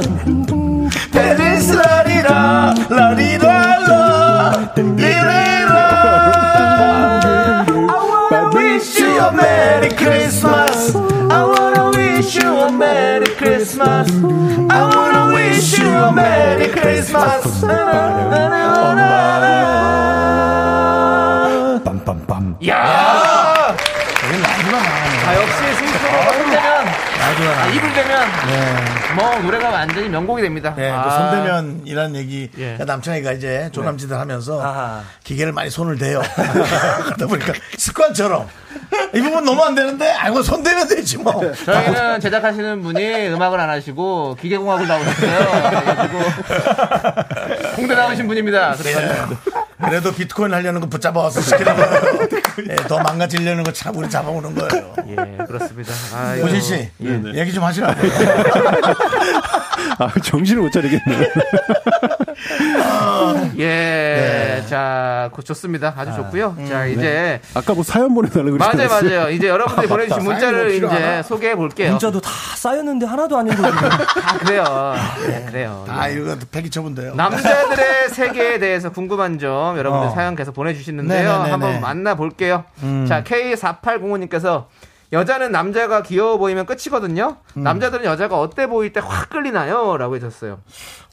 S10: 페리스 아리라 라리라라 리리라 I wanna wish you a Merry Christmas I wanna wish you a Merry Christmas I wanna wish you a Merry Christmas
S2: 야! 아, 역시 스위스로 손대면, 아, 입을 대면, 뭐, 노래가 완전히 명곡이 됩니다.
S1: 네, 그
S2: 아.
S1: 손대면이라는 얘기
S2: 예.
S1: 남창이가
S8: 네.
S1: 이제 조남지들 하면서 기계를 많이 손을 대요. (laughs) 그러다 보니까 습관처럼 이 부분 너무 안 되는데 아이고 손대면 되지 뭐.
S2: 저희는 제작하시는 분이 음악을 안 하시고 기계공학을 나오셨어요. 그래가지고 공대 나오신 분입니다. 그래서
S1: 그래도 비트코인 하려는 거 붙잡아와서 시키는 거예요. 네, 더 망가지려는 거 참 우리 잡아오는 거예요.
S2: 예, 그렇습니다.
S1: 오진 씨,
S8: 예, 네.
S1: 얘기 좀 하시라고.
S8: 아, 정신을 못 차리겠네.
S2: 예, 자, 그 좋습니다. 아주 좋고요. 자, 이제
S8: 아까 뭐 사연 보내달라고
S2: 맞아요,
S8: 그러셨어요.
S2: 맞아요. 이제 여러분들이
S8: 아, 맞다.
S2: 보내주신 문자를
S8: 사연이 뭐 필요
S2: 이제
S8: 하나?
S2: 소개해 볼게요.
S6: 문자도 다 쌓였는데 하나도 안 읽어.
S2: 다 (laughs) 그래요. 다 그래요.
S1: 아, 이거 폐기 처분돼요.
S2: 남자들의 세계에 대해서 궁금한 점 여러분들
S1: 어.
S2: 사연 계속 보내주시는데요.
S1: 네네네네.
S2: 한번 만나볼게요.
S1: 음.
S2: 자, K4805님께서 여자는 남자가 귀여워 보이면 끝이거든요. 남자들은 여자가 어때 보일 때 확 끌리나요? 라고 해줬어요.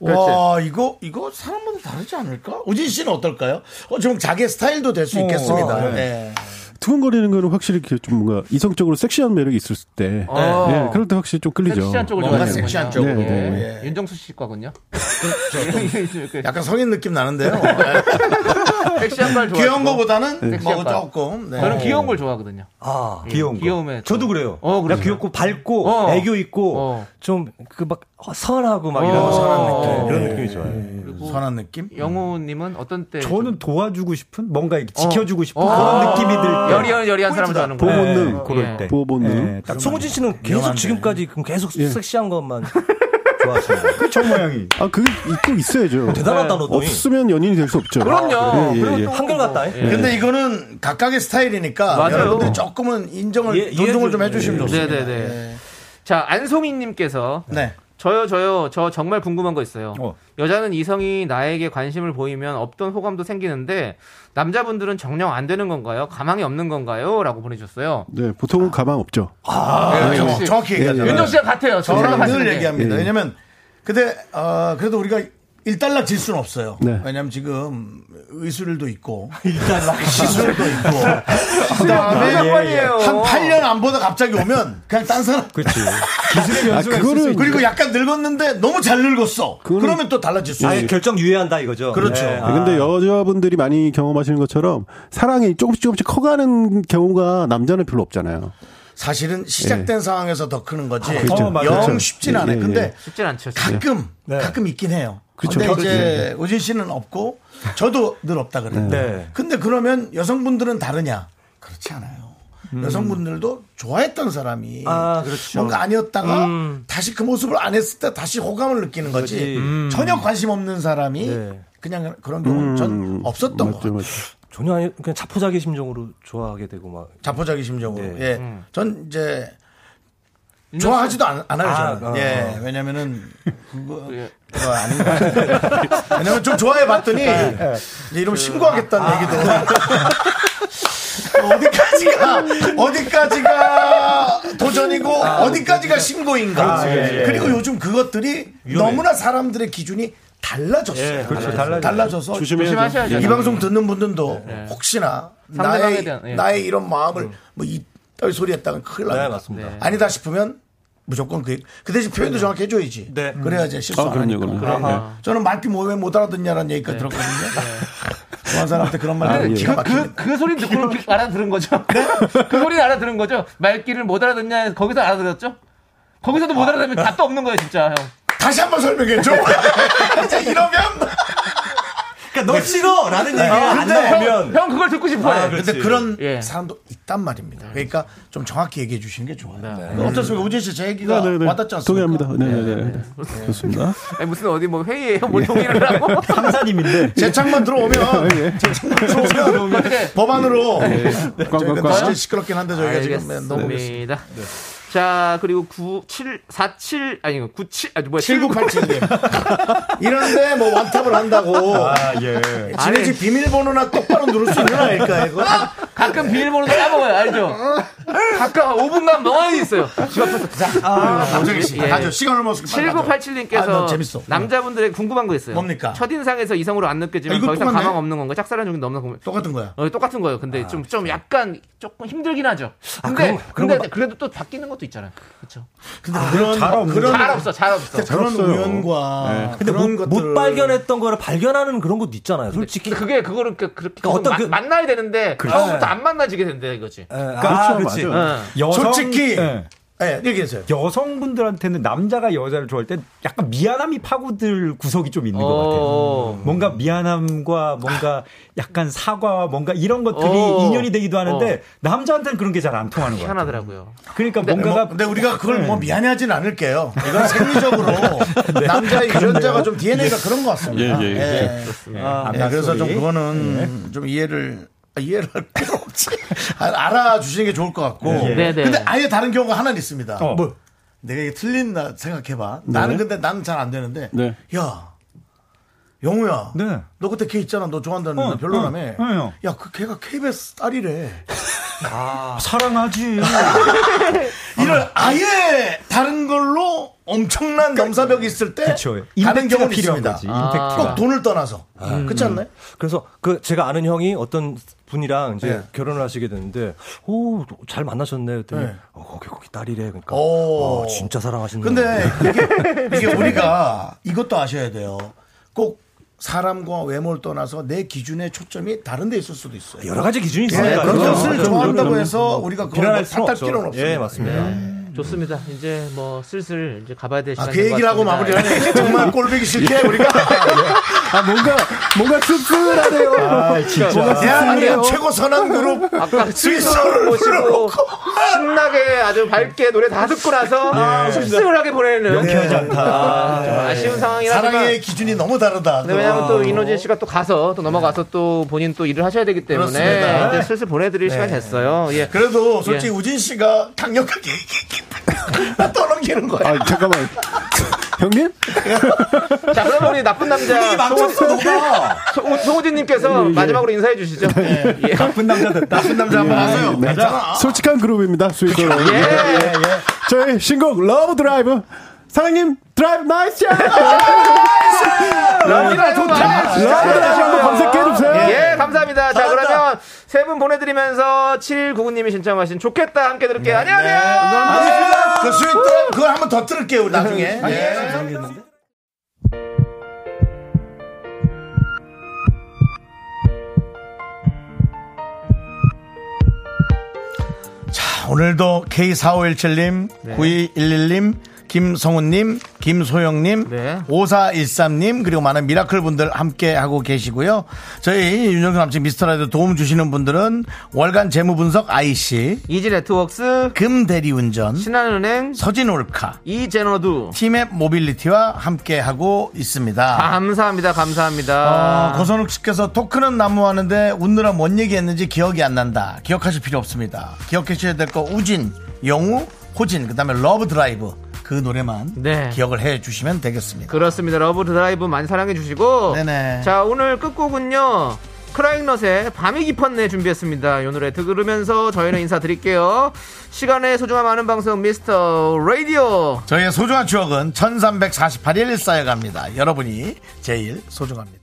S1: 와, 이거, 이거 사람마다 다르지 않을까? 우진 씨는 어떨까요? 어, 좀 자기 스타일도 될 수 있겠습니다.
S8: 어, 네.
S1: 네.
S8: 두근거리는 거는 확실히 이렇게 좀 뭔가 이성적으로 섹시한 매력이 있을 때.
S2: 어.
S8: 네, 그럴 때 확실히 좀 끌리죠.
S2: 섹시한 쪽을
S8: 네.
S2: 좋아하시는
S8: 네,
S2: 쪽으로.
S8: 네, 네.
S2: 윤정수 씨 거군요. (laughs) 네.
S1: 약간 성인 느낌 나는데요.
S8: (laughs)
S2: 섹시한 걸 좋아.
S1: 귀여운 거보다는
S2: 네.
S1: 뭐
S2: 섹시한 걸.
S1: 조금. 네.
S2: 저는 귀여운 걸 좋아하거든요.
S6: 아,
S2: 예,
S6: 귀여운 거.
S2: 귀여움에
S6: 저도 그래요.
S2: 어, 그래요?
S6: 나 귀엽고 밝고
S2: 어.
S6: 애교 있고 좀 그 막 선하고 막 이런
S2: 어, 선한
S6: 네,
S2: 느낌.
S6: 그런 느낌이 좋아요.
S1: 선한 느낌?
S2: 영호님은 어떤 때?
S7: 저는 도와주고 싶은 뭔가 이렇게 지켜주고 싶은
S2: 어.
S7: 그런
S2: 어.
S7: 느낌이 들 때.
S2: 여리여리 여리한 사람 좋아하는 거예요.
S7: 보호는
S2: 예.
S7: 그럴
S2: 예.
S7: 때.
S8: 보호본능.
S7: 예, 딱
S6: 네, 송우진 씨는 계속
S8: 위험한데.
S6: 지금까지 그럼 계속
S8: 예.
S6: 섹시한 것만
S7: 그저 모양이.
S8: 아, 그게 꼭
S2: 네.
S8: 있어야죠.
S6: 대단하다, 너 또.
S8: 없으면 연인이 될 수 없죠.
S6: 그럼요.
S7: 아,
S8: 예, 예, 예.
S6: 한결같다.
S8: 예.
S1: 근데 이거는 각각의 스타일이니까
S8: 맞아요.
S1: 여러분들이 조금은 인정을
S6: 예,
S1: 존중을 좀
S6: 이해해
S1: 해주시면
S6: 주-
S1: 좋습니다.
S2: 네, 네네네. 자, 안송이님께서
S1: 네.
S2: 저요, 저요, 저 정말 궁금한 거 있어요.
S1: 어.
S2: 여자는 이성이 나에게 관심을 보이면 없던 호감도 생기는데 남자분들은 정령 안 되는 건가요? 가망이 없는 건가요? 라고 보내주셨어요.
S8: 네, 보통은 가망 없죠.
S1: 아,
S2: 네,
S1: 정확히,
S2: 역시.
S1: 정확히 얘기하잖아요.
S2: 윤정 씨랑 같아요. 저랑
S1: 저랑
S2: 같은
S1: 늘
S2: 게.
S1: 얘기합니다.
S8: 예.
S1: 왜냐면, 근데, 어, 그래도 우리가 일단락 질 수는 없어요.
S8: 네.
S1: 왜냐면 지금 의술도 있고, 일단락 시술도 있고,
S10: 무슨 상관이에요.
S1: 한 8년 안 보다 갑자기 오면 그냥 딴 사람.
S7: 그렇지.
S1: 기술의
S7: 연수가 있을 수 있죠.
S1: 아,
S5: 그러니까.
S1: 그리고 약간 늙었는데 너무 잘 늙었어. 그러면또 달라질 수
S6: 아예
S1: 있어요.
S6: 결정 유예한다 이거죠.
S1: 그렇죠.
S6: 네. 아.
S8: 근데 여자분들이 많이 경험하시는 것처럼 사랑이 조금씩 조금씩 커가는 경우가 남자는 별로 없잖아요.
S1: 사실은 시작된 상황에서 더 크는 거지.
S8: 예. 아, 그렇죠.
S1: 영
S8: 그렇죠.
S1: 쉽진
S8: 예,
S1: 않아요.
S8: 예,
S1: 근데
S8: 예.
S2: 쉽진 않죠. 네.
S1: 가끔
S6: 네.
S1: 가끔 있긴 해요.
S8: 그렇죠.
S1: 근데
S8: 그렇죠.
S1: 이제 오진 씨는 없고 저도 늘 없다 그랬는데.
S8: 네.
S1: 근데 그러면 여성분들은 다르냐? 그렇지 않아요.
S8: 음.
S1: 여성분들도 좋아했던 사람이
S6: 아, 그렇죠.
S1: 뭔가 아니었다가
S6: 음.
S1: 다시 그 모습을 안 했을 때 다시 호감을 느끼는 거지.
S6: 그렇지. 음. 네.
S1: 전혀 관심 없는 사람이 그냥 그런 경우 는전
S8: 음.
S1: 없었던 것 같아요.
S6: 전혀 아니 그냥 자포자기 심정으로 좋아하게 되고 막
S1: 자포자기 심정으로.
S6: 네.
S1: 예.
S6: 음.
S1: 전 이제
S6: 윤정
S1: 좋아하지도 않, 아요
S6: 아,
S1: 저는.
S6: 어.
S1: 예. 왜냐면은 그거
S10: 예.
S1: 그거 아닌 것 같아요. (laughs) 왜냐면 좀 좋아해 봤더니
S10: 예.
S1: 이제 이러면 신고하겠다는
S10: 아.
S1: 얘기도 어디까지가 어디까지가 도전이고
S10: 아,
S1: 어디까지가 신고인가.
S10: 그렇지, 그렇지.
S1: 그리고 요즘 그것들이
S10: 예. 위험해.
S1: 너무나 사람들의 기준이 달라졌어요.
S10: 예, 그렇죠.
S1: 달라졌어요.
S10: 달라져요.
S1: 달라져서
S10: 조심해야죠. 조심하셔야죠.
S2: 네.
S1: 이 방송 듣는 분들도 혹시나
S10: 상대방에
S1: 나의
S10: 대한, 예.
S1: 나의 이런 마음을 뭐 이 따위 소리 했다면 큰일 납니다.
S6: 네, 맞습니다. 네.
S1: 아니다 싶으면 무조건 그, 그 대신 표현도 정확히 해줘야지.
S6: 네.
S1: 그래야 이제 실수
S8: 아,
S1: 안
S8: 그럼요,
S1: 하니까.
S8: 그럼요.
S1: 예.
S8: 아하.
S1: 저는 만티 모에 못 알아듣냐라는 얘기까지 들었거든요. (laughs) 좋아하는 사람한테 그런 말 하면 기가
S2: 그,
S1: 막히네.
S2: 그, 그 소리 듣고 그렇게 (laughs) 알아들은 거죠? 그 소리 알아들은 거죠? 말귀를 못 알아듣냐 해서 거기서 알아들었죠? 거기서도 못 알아들으면 답도 없는 거예요, 진짜, 형.
S1: 다시 한번 설명해줘. (laughs) 이제 이러면. 네.
S6: 그러니까 너 싫어! 라는 얘기가
S1: 아,
S6: 안
S1: 근데
S6: 나오면.
S2: 형 그걸 듣고 싶어요.
S1: 아, 근데 그런
S2: 예.
S1: 사람도 있단 말입니다. 그러니까 좀 정확히 얘기해 주시는 게 좋아요. 네. 어떻습니까? 우진 씨 제 얘기가
S8: 네, 네, 네.
S1: 와닿지 않습니까?
S8: 동의합니다. 네, 네, 네. 좋습니다.
S2: 아니, 무슨 어디 뭐 회의에요? 뭘 동의를 하고?
S8: 상사님인데.
S1: 제 창만 (laughs) 들어오면 제 창만 들어오면 법안으로
S2: 네.
S1: 저희가
S2: 꽝꽝꽝.
S1: 진짜 시끄럽긴 한데 저희가 지금 뭐 너무
S2: 알겠습니다.
S1: 네.
S2: 자, 그리고 9747 아니 97 아니 뭐야?
S1: 7987님. (laughs) 이런데 뭐 원탑을 한다고.
S2: 아,
S1: 예. 지네 집 비밀번호나 똑바로 누를 수 있는 아닐까 이거.
S2: 가끔 비밀번호도 까먹어요. 알죠? 가끔 5분간 멍하니 있어요. 집 앞에서
S1: 아, 갑자기 시-
S2: 예.
S1: 가죠. 시간 얼마나
S2: 7987님께서
S1: 아, 나 재밌어.
S2: 남자분들의 궁금한 거 있어요.
S1: 뭡니까?
S2: 첫인상에서 이성으로 안 느껴지면
S1: 아, 이거
S2: 더 이상
S1: 똑같네.
S2: 가망 없는 건가? 짝사랑 중에 너무나 궁금
S1: 똑같은 거야.
S2: 어, 똑같은 거예요. 근데 좀, 좀 약간 조금 힘들긴 하죠. 근데,
S1: 아, 그런 거- 그런
S2: 근데
S1: 거 봐-
S2: 그래도 또 바뀌는 것도 있잖아요. 그렇죠.
S1: 근데 그런
S6: 잘 없는
S1: 그런
S6: 거.
S2: 잘 없어, 잘 없어.
S1: 그런 우연과
S6: 근데
S1: 그런
S6: 못,
S1: 것들을-
S6: 못 발견했던 거를 발견하는 그런 것도 있잖아요. 솔직히.
S2: 근데 그게 그거를 그렇게 그렇게
S6: 그러니까
S2: 어떤
S6: 어떤 그-
S2: 만나야 되는데
S6: 그렇죠.
S2: 처음부터 안 만나지게 된다
S1: 예,
S2: 이거지. 예.
S6: 아,
S1: 그렇죠.
S6: 그렇지.
S2: 맞아요.
S7: 여성-
S1: 솔직히
S7: 예.
S1: 예, 얘기하세요.
S7: 여성분들한테는 남자가 여자를 좋아할 때 약간 미안함이 파고들 구석이 좀 있는
S2: 어,
S7: 것
S2: 같아요.
S7: 뭔가 미안함과 뭔가 약간 사과와 뭔가 이런 것들이
S2: 어.
S7: 인연이 되기도 하는데
S2: 어.
S7: 남자한테는 그런 게 잘 안 통하는 것 같아요.
S2: 희한하더라고요.
S7: 그러니까
S1: 근데
S7: 뭔가가
S1: 뭐- 근데 우리가 그걸 뭐
S10: 네.
S1: 미안해하진 않을게요.
S10: (laughs)
S1: 이건 생리적으로 남자 유전자가 좀 DNA가 그런 것 같습니다.
S10: 아, 예, 예, 예.
S1: 예.
S10: 그렇습니다.
S1: 아,
S10: 아, 예.
S1: 예, 그래서 좀
S10: 소리.
S1: 그거는 좀 이해를 아, 이해를 할 필요 없지. 아, 알아주시는 게 좋을 것 같고.
S10: 예, 예. 네, 네.
S1: 근데 아예 다른 경우가 하나 는 있습니다.
S10: 어.
S1: 뭐 내가 이게 틀린다 생각해봐.
S10: 네.
S1: 나는 근데 나는 잘 안 되는데.
S10: 네.
S1: 야, 영우야. 너 그때 걔 있잖아. 너 좋아한다는
S10: 어,
S1: 데 별로라며.
S10: 어, 어, 어.
S1: 야, 그 걔가 KBS 딸이래.
S7: 사랑하지.
S1: 이런 아예 다른 걸로 엄청난 넘사벽이 있을 때
S6: 그러니까 그쵸.
S1: 다른
S6: 임팩트가
S1: 경우는
S6: 필요한
S1: 있습니다.
S6: 거지, 임팩트가.
S1: 꼭 돈을 떠나서
S6: 음.
S1: 그렇지 않나요?
S6: 그래서 그 제가 아는 형이 어떤 분이랑 이제
S1: 예.
S6: 결혼을 하시게 됐는데 오 잘 만나셨네 그랬더니
S1: 예.
S6: 어, 거기 거기 딸이래 그러니까
S1: 오.
S6: 어, 진짜 사랑하시는
S1: 근데
S6: 네. (laughs)
S1: 이게, 이게 우리가 이것도 아셔야 돼요. 꼭 사람과 외모를 떠나서 내 기준의 초점이 다른 데 있을 수도 있어요.
S6: 여러 가지 기준이
S1: 예,
S6: 있으니까.
S1: 그런
S6: 그럼요.
S1: 것을
S6: 그럼요.
S1: 좋아한다고
S6: 그럼요.
S1: 해서 우리가 그걸
S6: 비난할
S1: 뭐
S6: 수는
S1: 탓할
S6: 없죠.
S1: 필요는 없어요.
S6: 예, 맞습니다.
S2: 좋습니다. 이제 뭐 슬슬 이제 예. 가봐야 될
S1: 음. 아,
S2: 시간인
S1: 그 얘기를 하고 마무리하네. 정말 꼴보기 싫게 우리가.
S8: 아, 뭔가, 뭔가 씁쓸하네요.
S1: 아,
S8: 진짜.
S1: 대한민국 최고 선한 그룹
S2: 아까
S1: (laughs) 스위스를
S2: 스위스를 모시고 신나게 아주 밝게 노래 다 듣고
S1: 예.
S2: 나서 아, 씁쓸하게 보내는
S1: 명쾌하지
S2: 않다. 아, 쉬운 상황이라
S1: 예. 사랑의 기준이 너무 다르다.
S2: 네, 왜냐면 또 이노진 씨가 또 가서 또 넘어가서 또 본인 또 일을 하셔야 되기 때문에
S1: 그렇습니다.
S2: 이제 슬슬 보내드릴
S1: 네.
S2: 시간 됐어요. 예.
S1: 그래도 솔직히
S2: 예.
S1: 우진 씨가 강력하게 (laughs) 떠넘기는 거야.
S8: 아, 잠깐만. (laughs) 형님?
S2: 자, 그러면 우리 나쁜 남자.
S10: 분위기 망쳤어,
S2: 송호-
S10: 너가.
S2: 송호- 송호진님께서
S8: 예, 예.
S2: 마지막으로 인사해 주시죠. 예.
S8: 나쁜 남자 됐다. 나쁜
S1: 남자 한번 하세요.
S8: 자, 솔직한 그룹입니다. 스위터.
S10: 예, 예,
S8: 저희 신곡 러브 드라이브. 사장님 드라이브 나이스 샷!
S2: 러브 드라이브
S8: 좋다.
S2: 나이스 샷!
S8: 러브 드라이브 한번 검색해 주세요.
S2: 예, 감사합니다. 자, 그러면 세 분 보내드리면서 7199님이 신청하신 좋겠다 함께 들을게요. 안녕하세요.
S1: 아니, 그 스윗도 그걸 한번 더 들을게요, 우리
S6: 네.
S1: 나중에. 예. 자, 오늘도 K4517님, 9211님, 김성훈님, 김소영님,
S6: 네.
S1: 5413님, 그리고 많은 미라클 분들 함께 하고 계시고요. 저희 윤정수 남친 미스터라이드 도움 주시는 분들은 월간 재무분석 IC,
S2: 이지네트웍스,
S1: 금대리운전,
S2: 신한은행,
S1: 서진올카,
S2: 이제너두,
S1: 팀앱 모빌리티와 함께 하고 있습니다.
S2: 감사합니다. 감사합니다.
S1: 어, 고선욱 씨께서 토크는 나무하는데 웃느라 뭔 얘기했는지 기억이 안 난다. 기억하실 필요 없습니다. 기억하셔야 될 거 우진, 영우, 호진, 그 다음에 러브 드라이브 그 노래만
S2: 네.
S1: 기억을 해 주시면 되겠습니다.
S2: 그렇습니다. 러브 드라이브 많이 사랑해 주시고.
S1: 네네.
S2: 자, 오늘 끝곡은요. 크라잉넛의 밤이 깊었네 준비했습니다. 이 노래 들으면서 저희는 인사드릴게요. 시간의 소중함 아는 방송 미스터 라디오.
S1: 저희의 소중한 추억은 1348일 쌓여갑니다. 여러분이 제일 소중합니다.